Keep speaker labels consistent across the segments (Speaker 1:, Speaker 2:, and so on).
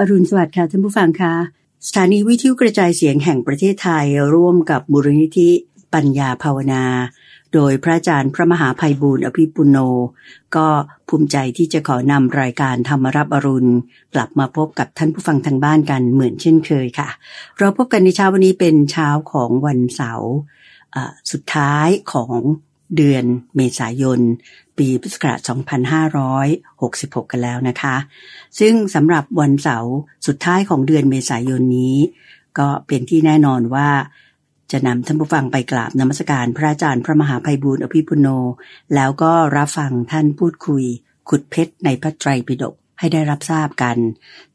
Speaker 1: อรุณสวัสดิ์ค่ะท่านผู้ฟังคะสถานีวิทยุกระจายเสียงแห่งประเทศไทยร่วมกับมูลนิธิปัญญาภาวนา โดยพระอาจารย์พระมหาภัยบูร์อภิปุโน ก็ภูมิใจที่จะขอนำรายการธรรมรับอรุณ กลับมาพบกับท่านผู้ฟังทางบ้านกันเหมือนเช่นเคยค่ะ เราพบกันในเช้าวันนี้เป็นเช้าของวันเสาร์อ่าสุดท้ายของเดือนเมษายน ปีพุทธศักราช 2566 กันแล้วนะคะ ซึ่งสำหรับวันเสาร์สุดท้ายของเดือนเมษายนนี้ ก็เป็นที่แน่นอนว่า จะนำท่านผู้ฟังไปกราบนมัสการพระอาจารย์พระมหาภัยบูร์อภิปุโน แล้วก็รับฟังท่านพูดคุย ขุดเพชรในพระไตรปิฎกให้ได้รับทราบกัน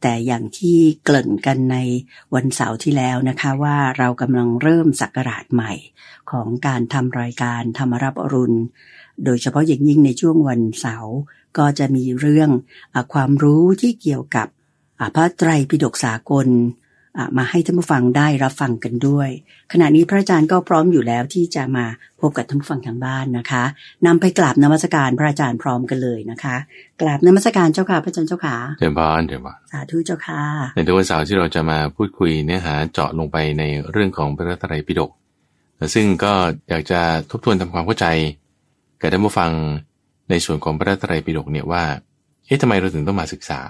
Speaker 1: แต่อย่างที่เกริ่นกันในวันเสาร์ที่แล้วนะคะว่าเรากำลังเริ่มสักราชใหม่ ของการทำรายการธรรมรับอรุณ โดยเฉพาะอย่างยิ่งในช่วงวันเสาร์ก็จะมีเรื่องอาความรู้ที่เกี่ยวกับอ่าพระไตรปิฎกสากลอ่ามาให้ท่านผู้ฟังได้รับฟังกันด้วย ขณะนี้พระอาจารย์ก็พร้อมอยู่แล้วที่จะมาพบกับท่านผู้ฟังทางบ้านนะคะนำไปกราบนมัสการพระอาจารย์พร้อมกันเลยนะคะ กราบนมัสการเจ้าค่ะพระอาจารย์เจ้าค่ะ
Speaker 2: เดี๋ยวบอนเดี๋ยวบอน
Speaker 1: สาธุเจ้าค่ะ
Speaker 2: ในทุกวันเสาร์ที่เราจะมาพูดคุยเนื้อหาเจาะลงไปในเรื่องของพระไตรัยปิฎกซึ่งก็อยากจะทบทวนทำความเข้าใจกับท่านผู้ฟังในส่วนของพระไตรัยปิฎกเนี่ยว่าเอ๊ะทำไมเราถึงต้องมาศึกษา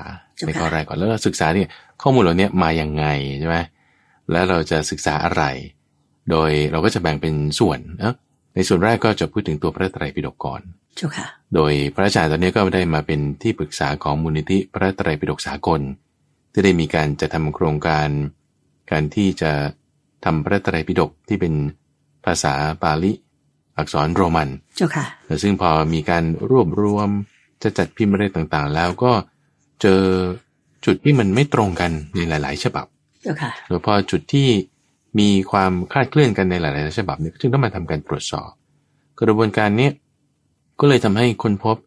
Speaker 2: ในข้อแรกก่อนแล้วเราศึกษาเนี่ยข้อมูลเหล่าเนี้ยมาอย่างไงใช่ไหมแล้วเราจะศึกษาอะไร โดยเราก็จะแบ่งเป็นส่วนเอะในส่วนแรกก็จะพูดถึงตัวพระไตรัยปิฎกก่อน
Speaker 1: เจ้าค่ะ
Speaker 2: โดยพระอาจารย์ตอนนี้ก็ได้มาเป็นที่ปรึกษาของมูลนิธิพระไตรัยปิฎกสากล ที่ได้มีการจะทำโครงการ การที่จะทำพระไตรัยปิฎกที่เป็นภาษาบาลีอักษรโรมัน
Speaker 1: เจ้าค่ะ
Speaker 2: แต่ซึ่งพอมีการรวบรวมจะจัดพิมพ์อะไรต่างๆ แล้วก็เจอจุดที่มันไม่ตรงกันในหลาย ๆ ฉบับ
Speaker 1: เจ้าค่ะ
Speaker 2: โดยเฉพาะจุดที่มีความคลาดเคลื่อนกันในหลาย ๆ ฉบับเนี่ยจึงต้องมาทำการตรวจสอบ กระบวนการเนี้ยก็เลยทำให้คนพบ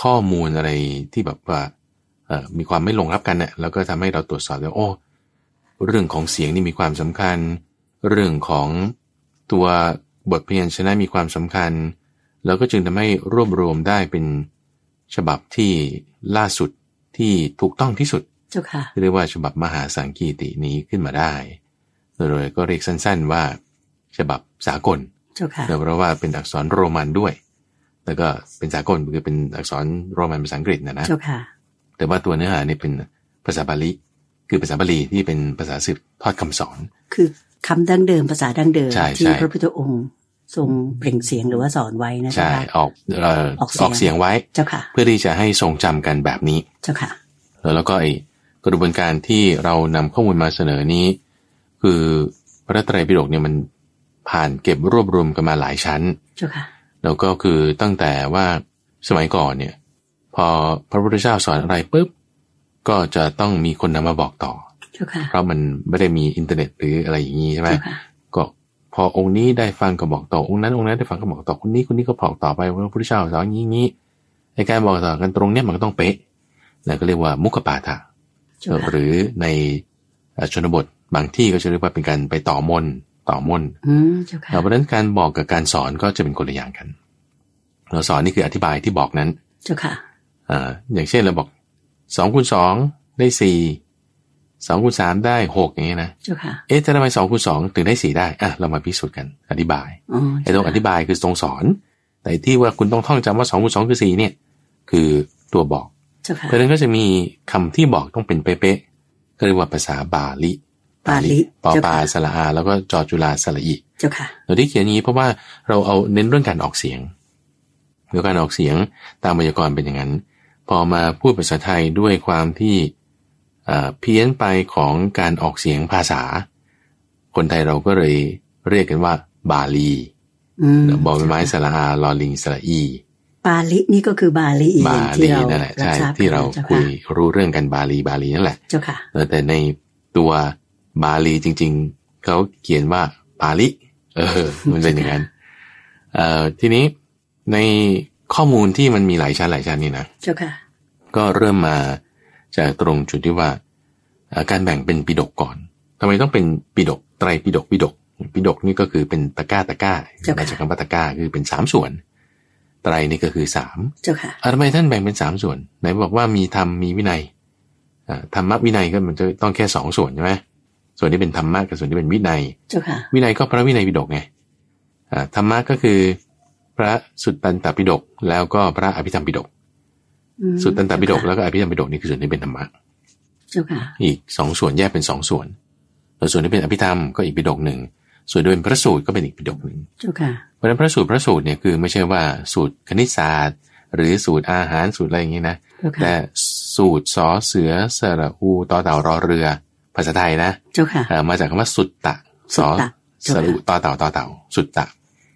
Speaker 2: ข้อมูลอะไรที่แบบว่าเอ่อมีความไม่ลงรับกันเนี่ยแล้วก็ทำให้เราตรวจสอบแล้วโอ้ เรื่องของเสียงนี่มีความสำคัญ เรื่องของตัวบทพยัญชนะมีความสำคัญ แล้วก็จึงทำให้รวบรวมได้เป็นฉบับที่ล่าสุดที่ถูกต้องที่สุด
Speaker 1: เจ้าค่ะ
Speaker 2: ที่เรียกว่าฉบับมหาสังคีตินี้ขึ้นมาได้โดยก็เรียกสั้นๆว่าฉบับสากล
Speaker 1: เจ้าค่ะ
Speaker 2: เนื่องเพราะว่าเป็นอักษรโรมันด้วย แล้วก็เป็นสากลคือเป็นอักษรโรมันภาษาอังกฤษนะนะ
Speaker 1: เจ้าค่ะ
Speaker 2: แต่ว่าตัวเนื้อหาเนี่ยเป็นภาษาบาลีคือภาษาบาลีที่เป็นภาษาสืบทอดคำสอน
Speaker 1: คือคำดั้งเดิมภาษาดั้งเดิม
Speaker 2: ใช่
Speaker 1: ที่
Speaker 2: ใช่
Speaker 1: พระพุทธองค์ทรงเปล่งเสียงหรือว่าสอนไว้นะเจ้า
Speaker 2: ใช่
Speaker 1: ค่ะ
Speaker 2: ออกเอ่อ
Speaker 1: ออกเสียง
Speaker 2: ออกเสียงไว้
Speaker 1: เจ้าค่ะ
Speaker 2: เพื่อที่จะให้ทรงจำกันแบบนี้
Speaker 1: เจ้าค่ะ
Speaker 2: แล้วก็ไอ้กระบวนการที่เรานำข้อมูลมาเสนอนี้ คือพระไตรัยปิฎกเนี่ยมันผ่านเก็บรวบรวมกันมาหลายชั้น
Speaker 1: เจ้าค่ะ
Speaker 2: แล้วก็คือตั้งแต่ว่าสมัยก่อนเนี่ยพอพระพุทธเจ้าสอนอะไรปุ๊บก็จะต้องมีคนนำมาบอกต่อ
Speaker 1: เจ้าค่ะ
Speaker 2: เพราะมันไม่ได้มีอินเทอร์เน็ตหรืออะไรอย่างนี้ใช่ไหม
Speaker 1: เจ้าค่ะ
Speaker 2: ก็พอองค์นี้ได้ฟังก็บอกต่อองค์นั้นองค์นั้นได้ฟังก็บอกต่อคนนี้คนนี้ก็บอกต่อไปว่าพระพุทธเจ้าสอนอย่างนี้อย่างนี้ในการบอกต่อกันตรงเนี้ยมันก็ต้องเป๊ะนะก็เรียกว่ามุขปาฐะ
Speaker 1: เจ้าค่ะ
Speaker 2: หรือในเอ่อชนบทบางที่ก็จะเรียกว่าเป็นการไปต่อมนต์ต่อมนต์
Speaker 1: อืมเจ้าค่ะ
Speaker 2: เพราะฉะนั้นการบอกกับการสอนก็จะเป็นคนละอย่างกันเราสอนนี่คืออธิบายที่บอกนั้น
Speaker 1: เจ้าค่ะ
Speaker 2: อ่าอย่างเช่นเราบอกสองคูณสองได้สี่สองคูณสามได้หกอย่างนี้นะ
Speaker 1: เจ้าค่ะ
Speaker 2: เอ๊ะแต่ทำไมสองคูณสองถึงได้สี่ได้อ่ะเรามาพิสูจน์กันอธิบาย
Speaker 1: อ๋อ
Speaker 2: ไอ้ตรงอธิบายคือตรงสอน แต่ที่ว่าคุณต้องท่องจำว่าสองคูณสองคือสี่เนี่ย คือตัวบอก
Speaker 1: เจ้าค่ะ
Speaker 2: เพราะฉะนั้นก็จะมีคำที่บอกต้องเป็นเป๊ะๆก็เรียกว่าภาษาบาลี
Speaker 1: ปาลิ
Speaker 2: ปอ
Speaker 1: เจ้า
Speaker 2: ปา
Speaker 1: ค่ะ
Speaker 2: สระอา แล้วก็จอจุลาสระอี
Speaker 1: เจ้าค่ะ
Speaker 2: เราที่เขียนอย่างนี้เพราะว่าเราเอาเน้นเรื่องการออกเสียงเรื่องการออกเสียงตามไวยากรณ์เป็นอย่างนั้น พอมาพูดภาษาไทยด้วยความที่เอ่อเพี้ยนไปของการออกเสียงภาษา คนไทยเราก็เลยเรียกกันว่า บาลี
Speaker 1: อืม
Speaker 2: บอใบไม้สระอาลอลิงสระอี
Speaker 1: ปาลินี่ก็คือบาลี
Speaker 2: บา
Speaker 1: ที่
Speaker 2: ลี
Speaker 1: เรา
Speaker 2: นั่นแหละ
Speaker 1: รับ
Speaker 2: ใช่
Speaker 1: ทราบ
Speaker 2: ที่เรา
Speaker 1: จ้
Speaker 2: คุยรู้เรื่องกันบาลีบาลีนั่นแหละ
Speaker 1: เจ้าค่ะ
Speaker 2: เออแต่ในตัวบาลีจริง ๆเขาเขียนว่าปาลิเออมันเป็นอย่างนั้นเอ่อทีนี้ในข้อมูลที่มันมีหลายชั้นหลายชั้นนี่นะ
Speaker 1: เจ้าค่ะ
Speaker 2: ก็เริ่มมาจากตรงจุดที่ว่าเอ่อการแบ่งเป็นปิดกก่อนทำไมต้องเป็นปิดกไตรปิดกปิดกปิดกนี่ก็คือเป็นตะกร้าตะกร้า
Speaker 1: เจ้าค่ะ
Speaker 2: มาจากคำว่าตะกร้าคือเป็นสามส่วน ไตรนี่ก็คือสาม
Speaker 1: เจ้าค่ะ
Speaker 2: อ่ะทำไมท่านแบ่งเป็นสามส่วน ไหนบอกว่ามีธรรมมีวินัย อ่าธรรมวินัยก็มันจะต้องแค่สองส่วนใช่ไหมส่วนที่เป็นธรรมะกับส่วนที่เป็นวินัย
Speaker 1: เจ้าค่ะ
Speaker 2: วินัยก็พระวินัยปิฎกไงอ่าธรรมะก็คือ พระสุตตันตปิฎกแล้วก็พระอภิธรรมปิฎก
Speaker 1: อืม
Speaker 2: สุตตันตปิฎกแล้วก็อภิธรรมปิฎกนี่คือส่วนที่เป็นธรรมะ
Speaker 1: เจ้าค่ะ
Speaker 2: อีกสองส่วนแยกเป็นสองส่วนแล้วส่วนที่เป็นอภิธรรมก็อีกปิฎกหนึ่ง ส่วนที่เป็นพระสูตรก็เป็นอีกปิฎกหนึ่ง
Speaker 1: เจ้าค่ะ
Speaker 2: เพราะฉะนั้นพระสูตรพระสูตรเนี่ยคือไม่ใช่ว่าสูตรคณิตศาสตร์ หรือสูตรอาหารสูตรอะไรอย่างนี้นะ
Speaker 1: เจ้าค่ะ
Speaker 2: แต่สูตรสอเสือสระอูต่อเต่ารอเรือ ภาษาไทยนะ
Speaker 1: เจ้าค่ะ
Speaker 2: เอ่อมาจากคำว่าสุตตะสอ
Speaker 1: สุตตะ
Speaker 2: สระอูต่อเต่าต่อเต่า สุตตะ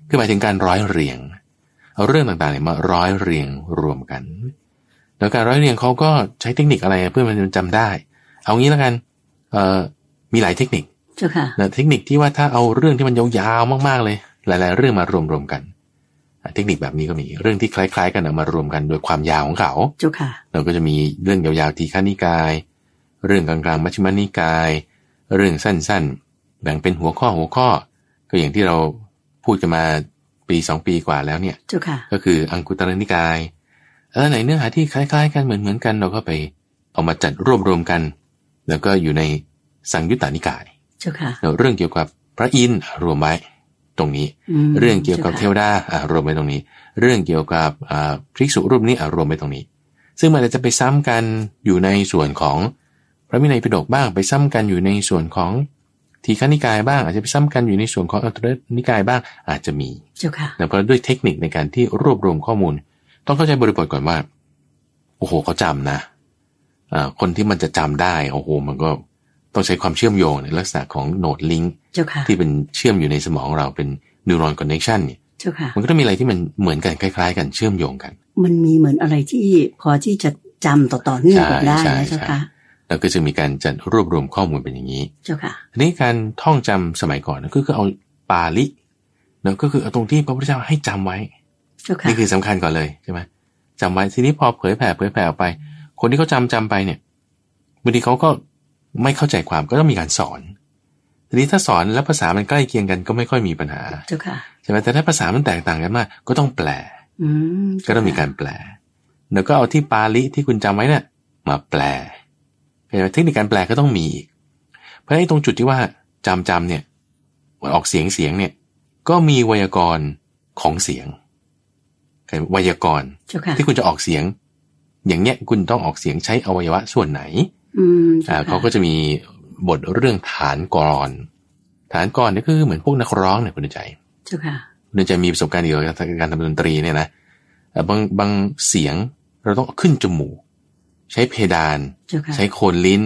Speaker 2: คือหมายถึงการร้อยเรียงเอาเรื่องต่างๆเนี่ยมาร้อยเรียงรวมกัน แล้วการร้อยเรียงเขาก็ใช้เทคนิคอะไรเพื่อมันจำได้ เอางี้แล้วกันเอ่อมีหลายเทคนิค
Speaker 1: เจ้าค่ะ
Speaker 2: นะเทคนิคที่ว่าถ้าเอาเรื่องที่มันยาวๆมากๆเลย หลาย ๆ เรื่องมารวมๆกันอ่ะเทคนิคแบบนี้ก็มีเรื่องที่คล้าย ๆ กันเอามารวมกันโดยความยาวของเขา
Speaker 1: เจ้าค่ะ
Speaker 2: เราก็จะมีเรื่องยาวๆทีฆานิกาย เรื่องกลางๆมัชฌิมานิกาย เรื่องสั้นๆ แบ่งเป็นหัวข้อหัวข้อ ก็อย่างที่เราพูดกันมาปีสองปีกว่าแล้วเนี่ย
Speaker 1: เจ้าค่ะ
Speaker 2: ก็คืออังคุตรนิกายแล้วไหนเนื้อหาที่คล้ายๆ กันเหมือนๆกันเราก็ไปเอามาจัดรวบรวมกัน แล้วก็อยู่ในสังยุตตานิกาย
Speaker 1: เจ้าค่ะ
Speaker 2: เรื่องเกี่ยวกับพระอินทร์อ่ะรวมไว้ตรงนี้
Speaker 1: ม
Speaker 2: เรื่องเกี่ยวกับเท
Speaker 1: จ้าค่ะ
Speaker 2: วดาอ่ะรวมไว้ตรงนี้ เรื่องเกี่ยวกับอ่าพริกษุรูปนี้อ่ะรวมไว้ตรงนี้ ซึ่งมันอาจจะไปซ้ำกันอยู่ในส่วนของพระวินัยปิฎกบ้างไปซ้ำกันอยู่ในส่วนของทีฆนิกายบ้าง อาจจะไปซ้ำกันอยู่ในส่วนของอัตตรนิกายบ้างอาจจะมี
Speaker 1: เจ้าค่ะ
Speaker 2: แต่เพราะด้วยเทคนิคในการที่รวบรวมข้อมูล ต้องเข้าใจบริบทก่อนว่าโอ้โหเขาจำนะอ่าคนที่มันจะจำได้โอ้โหมันก็ต้องใช้ความเชื่อมโยงในลักษณะของโนดลิง
Speaker 1: เจ้าค่ะ
Speaker 2: ที่เป็นเชื่อมอยู่ในสมองเราเป็นนิวรอนคอนเน t ชันเนี่ย
Speaker 1: เจ้าค่ะ
Speaker 2: มันก็ต้องมีอะไรที่มันเหมือนกันคล้ายๆ กันเชื่อมโยงกัน
Speaker 1: มันมีเหมือนอะไรที่พอที่จะจำต่อต่อเนื่องกันได้
Speaker 2: ใช่
Speaker 1: นะ
Speaker 2: ใช่
Speaker 1: เจ้าค่ะ
Speaker 2: แล้วก็จะมีการจัดรวบรวมข้อมูลเป็นอย่างนี้
Speaker 1: เจ้าค่ะ
Speaker 2: ทีนี้การท่องจำสมัยก่อนนะก็คือเอาปาลินะก็คือเอาตรงที่พระพุทธเจ้าให้จำไว้
Speaker 1: เจ้าค่ะ
Speaker 2: นี่คือสำคัญก่อนเลยใช่ไหมจำไว้ทีนี้พอเผยแผ่เผยแผ่ออกไป คนที่เขาจำจำไปเนี่ยบางทีเขาก็ไม่เข้าใจความก็ต้องมีการสอน ทีนี้ถ้าสอนแล้วภาษามันใกล้เคียงกันก็ไม่ค่อยมีปัญหา
Speaker 1: เจ้าค่ะ
Speaker 2: ใช่ไหมแต่ถ้าภาษามันแตกต่างกันมาก ก็ต้องแปล
Speaker 1: อืม
Speaker 2: ก็ต้องมีการแปล แล้วก็เอาที่ปาลิที่คุณจำไว้น่ะมาแปลเห็นไหมเทคนิคการแปลก็ต้องมีอีก เพราะไอ้ตรงจุดที่ว่าจำจำเนี่ยมันออกเสียงเสียงเนี่ย ก็มีไวยากรณ์ของเสียงเห็นไหมไวยากรณ์
Speaker 1: เจ้าค่ะ
Speaker 2: ที่คุณจะออกเสียง อย่างเนี้ยคุณต้องออกเสียงใช้อวัยวะส่วนไหน
Speaker 1: อืม
Speaker 2: อ่า
Speaker 1: จ้ค่ะ
Speaker 2: เขาก็จะมีบทเรื่องฐานกร ฐานกรเนี่ยก็คือเหมือนพวกนักร้องเนี่ยคุณใจ
Speaker 1: เจ้าค่ะ
Speaker 2: เนื่องจากมีประสบการณ์เกี่ยวกับการทำดนตรีเนี่ยนะเอ่อบางบางเสียงเราต้องขึ้นจมูก ใช้เพดาน
Speaker 1: เจ้าค่ะ
Speaker 2: ใช้โคนลิ้น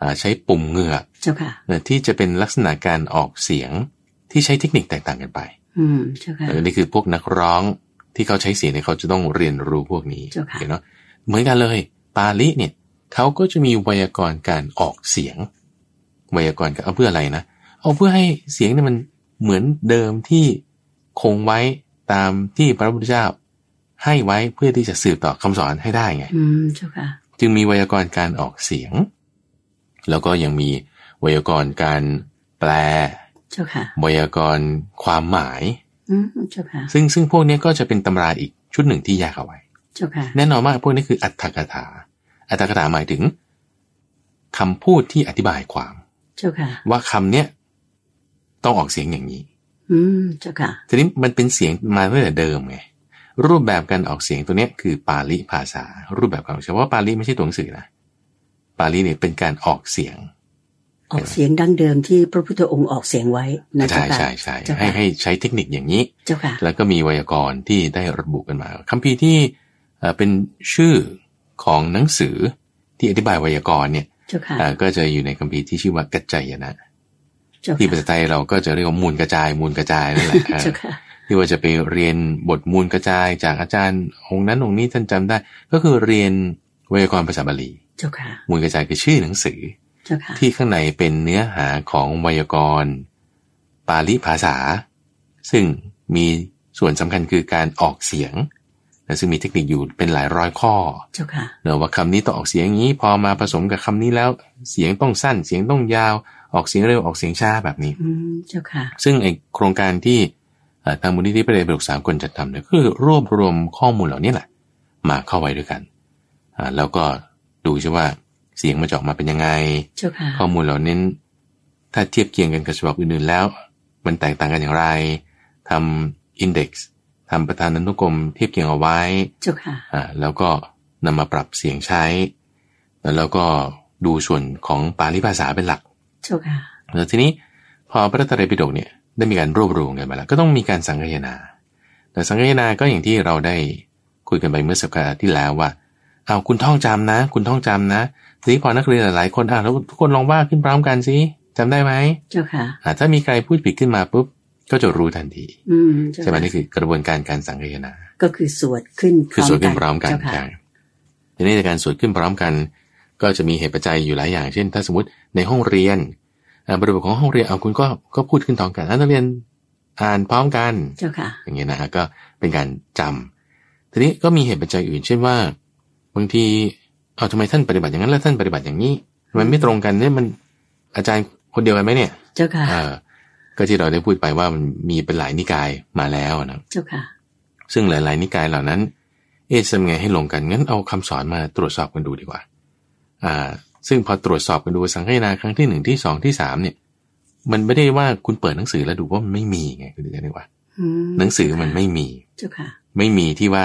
Speaker 2: อ่าใช้ปุ่มเหงือก
Speaker 1: เจ้าค่ะ
Speaker 2: เนี่ยที่จะเป็นลักษณะการออกเสียงที่ใช้เทคนิคแตกต่างกันไป
Speaker 1: อืม เจ้าค่ะ
Speaker 2: เออนี่คือพวกนักร้องที่เขาใช้เสียงเนี่ยเขาจะต้องเรียนรู้พวกนี้
Speaker 1: เจ้าค่ะ
Speaker 2: เห็นเนาะเหมือนกันเลยปาลิเนี่ยเขาก็จะมีไวยากรณ์การออกเสียงไวยากรณ์การเอาเพื่ออะไรนะ เอาเพื่อให้เสียงเนี่ยมันเหมือนเดิมที่คงไว้ตามที่พระพุทธเจ้าให้ไว้เพื่อที่จะสืบต่อคำสอนให้ได้ไง
Speaker 1: อืม เจ้าค่ะ
Speaker 2: จึงมีไวยากรณ์การออกเสียง แล้วก็ยังมีไวยากรณ์การแปล
Speaker 1: เจ้าค่ะ
Speaker 2: ไวยากรณ์ความหมาย
Speaker 1: อืม เจ้าค่ะ
Speaker 2: ซึ่งซึ่งพวกเนี้ยก็จะเป็นตำราอีกชุดหนึ่งที่แยกเอาไว้
Speaker 1: เจ้าค่ะ
Speaker 2: แน่นอนว่าพวกนี้คืออัตถกถา อัตถกถาหมายถึงคำพูดที่อธิบายความ
Speaker 1: เจ้าค่ะ
Speaker 2: ว่าคำเนี้ยต้องออกเสียงอย่างนี้
Speaker 1: อืม เจ้าค่ะ
Speaker 2: ทีนี้มันเป็นเสียงมาตั้งแต่เดิมไงรูปแบบการออกเสียงตัวเนี้ยคือปาลิภาษา รูปแบบการออกเสียงเพราะว่าปาลิไม่ใช่ตัวหนังสือนะปาลิเนี่ยเป็นการออกเสียง
Speaker 1: ออกเสียงดั้งเดิมที่พระพุทธองค์ออกเสียงไว้นะเจ้า
Speaker 2: ใช่
Speaker 1: ค่ะ
Speaker 2: ใช่ใช่
Speaker 1: เจ้าค่ะ
Speaker 2: ให้ให้ใช้เทคนิคอย่างนี้
Speaker 1: เจ้าค่ะ
Speaker 2: แล้วก็มีไวยากรณ์ที่ได้ระบุกันมาคัมภีร์ที่เอ่อเป็นชื่อของหนังสือที่อธิบายไวยากรณ์เนี่ย
Speaker 1: เจ้าค่ะ
Speaker 2: อ่าก็จะอยู่ในคัมภีร์ที่ชื่อว่ากัจจายนะ
Speaker 1: เจ้า
Speaker 2: ที่ภา
Speaker 1: ค่ะ
Speaker 2: ษาไทยเราก็จะเรียกว่ามูลกระจายมูลกระจายนั่นแหละอ่า
Speaker 1: เจ้าค่ะ
Speaker 2: ที่ว่าจะไปเรียนบทมูลกระจายจากอาจารย์องค์นั้นองค์นี้ท่านจำได้ ก็คือเรียนไวยากรณ์ภาษาบาลี
Speaker 1: เจ้าค่ะ
Speaker 2: มูลกระจายคือชื่อหนังสือ
Speaker 1: เจ้าค่ะ
Speaker 2: ที่ข้างในเป็นเนื้อหาของไวยากรณ์ปาลิภาษา ซึ่งมีส่วนสำคัญคือการออกเสียงและซึ่งมีเทคนิคอยู่เป็นหลายร้อยข้อ
Speaker 1: เจ้าค่ะ
Speaker 2: เนอะว่าคำนี้ต้องออกเสียงอย่างนี้ พอมาผสมกับคำนี้แล้ว เสียงต้องสั้น เสียงต้องยาวออกเสียงเร็วออกเสียงช้าแบบนี้
Speaker 1: อืม เจ้าค่ะ
Speaker 2: ซึ่งไอโครงการที่เอ่อทางมูลนิธิประเดชปรึกษาคนจัดทำเนี่ยก็คือรวบรวมข้อมูลเหล่านี้แหละ มาเข้าไว้ด้วยกันอ่าแล้วก็ดูใช่ว่า เสียงมันจะออกมาเป็นยังไง
Speaker 1: เจ้าค่ะ
Speaker 2: ข้อมูลเหล่านั้นถ้าเทียบเคียงกันกับฉบับอื่นๆแล้ว มันแตกต่างกันอย่างไรทำอินเด็กซ์ทำประธานานุกรมเทียบเคียงเอาไว้
Speaker 1: เจ้าค่ะ
Speaker 2: อ่าแล้วก็นำมาปรับเสียงใช้ แล้วก็ดูส่วนของปาลิภาษาเป็นหลัก
Speaker 1: เจ้าค่ะ
Speaker 2: แล้วทีนี้พอพระไตรัยปิฎกเนี่ยได้มีการรวบรวมกันมาแล้ว ก็ต้องมีการสังคายนา แต่สังคายนาก็อย่างที่เราได้คุยกันไปเมื่อสัปดาห์ที่แล้วว่าเอาวคุณท่องจำนะ คุณท่องจำนะทีนี้พอนักเรียนหลายๆคนอ่าแล้วทุกคนลองว่าขึ้นพร้อมกันสิจำได้ไหม
Speaker 1: เจ้าค่ะ
Speaker 2: อ่าถ้ามีใครพูดผิดขึ้นมาปุ๊บก็จะรู้ทันที
Speaker 1: อืมเจ้า
Speaker 2: ใช่ไหม
Speaker 1: ค่ะ
Speaker 2: นี่คือกระบวนการการสังคายนา
Speaker 1: ก็คือสวดขึ้น
Speaker 2: คือสวดขึ้นพร้อมกัน
Speaker 1: เจ้าค่ะ
Speaker 2: ใช่ทีนี้ในการสวดขึ้นพร้อมกัน ก็จะมีเหตุปัจจัยอยู่หลายอย่าง เช่น ถ้าสมมติในห้องเรียนอ่าบริบทของห้องเรียนเอาคุณก็ก็พูดขึ้นพร้อมกันอ่ะนักเรียนอ่านพร้อมกัน
Speaker 1: เจ้าค่ะ
Speaker 2: อย่างเงี้ยนะฮะก็เป็นการจำทีนี้ก็มีเหตุปัจจัยอื่น เช่นว่า บางทีเอาทำไมท่านปฏิบัติอย่างนั้นแล้วท่านปฏิบัติอย่างนี้ทำไมไม่ตรงกันเนี่ยมันอาจารย์คนเดียวกันไหมเนี่ย
Speaker 1: เจ้าค่ะ
Speaker 2: เออก็ที่เราได้พูดไปว่ามันมีเป็นหลายนิกายมาแล้วนะ
Speaker 1: เจ้าค่ะ
Speaker 2: ซึ่งหลาย ๆ นิกายเหล่านั้น เอ๊ะจะทำไงให้ลงกัน งั้นเอาคำสอนมาตรวจสอบกันดูดีกว่า อ่า ซึ่งพอตรวจสอบกันดูสังคายนาครั้งที่หนึ่งที่สองที่สามเนี่ย มันไม่ได้ว่าคุณเปิดหนังสือแล้วดูว่ามันไม่มีไงคุณจะเรียกว่า
Speaker 1: อืม
Speaker 2: หนังสือมันไม่มี
Speaker 1: เจ้าค่ะ
Speaker 2: ไม่มีที่ว่า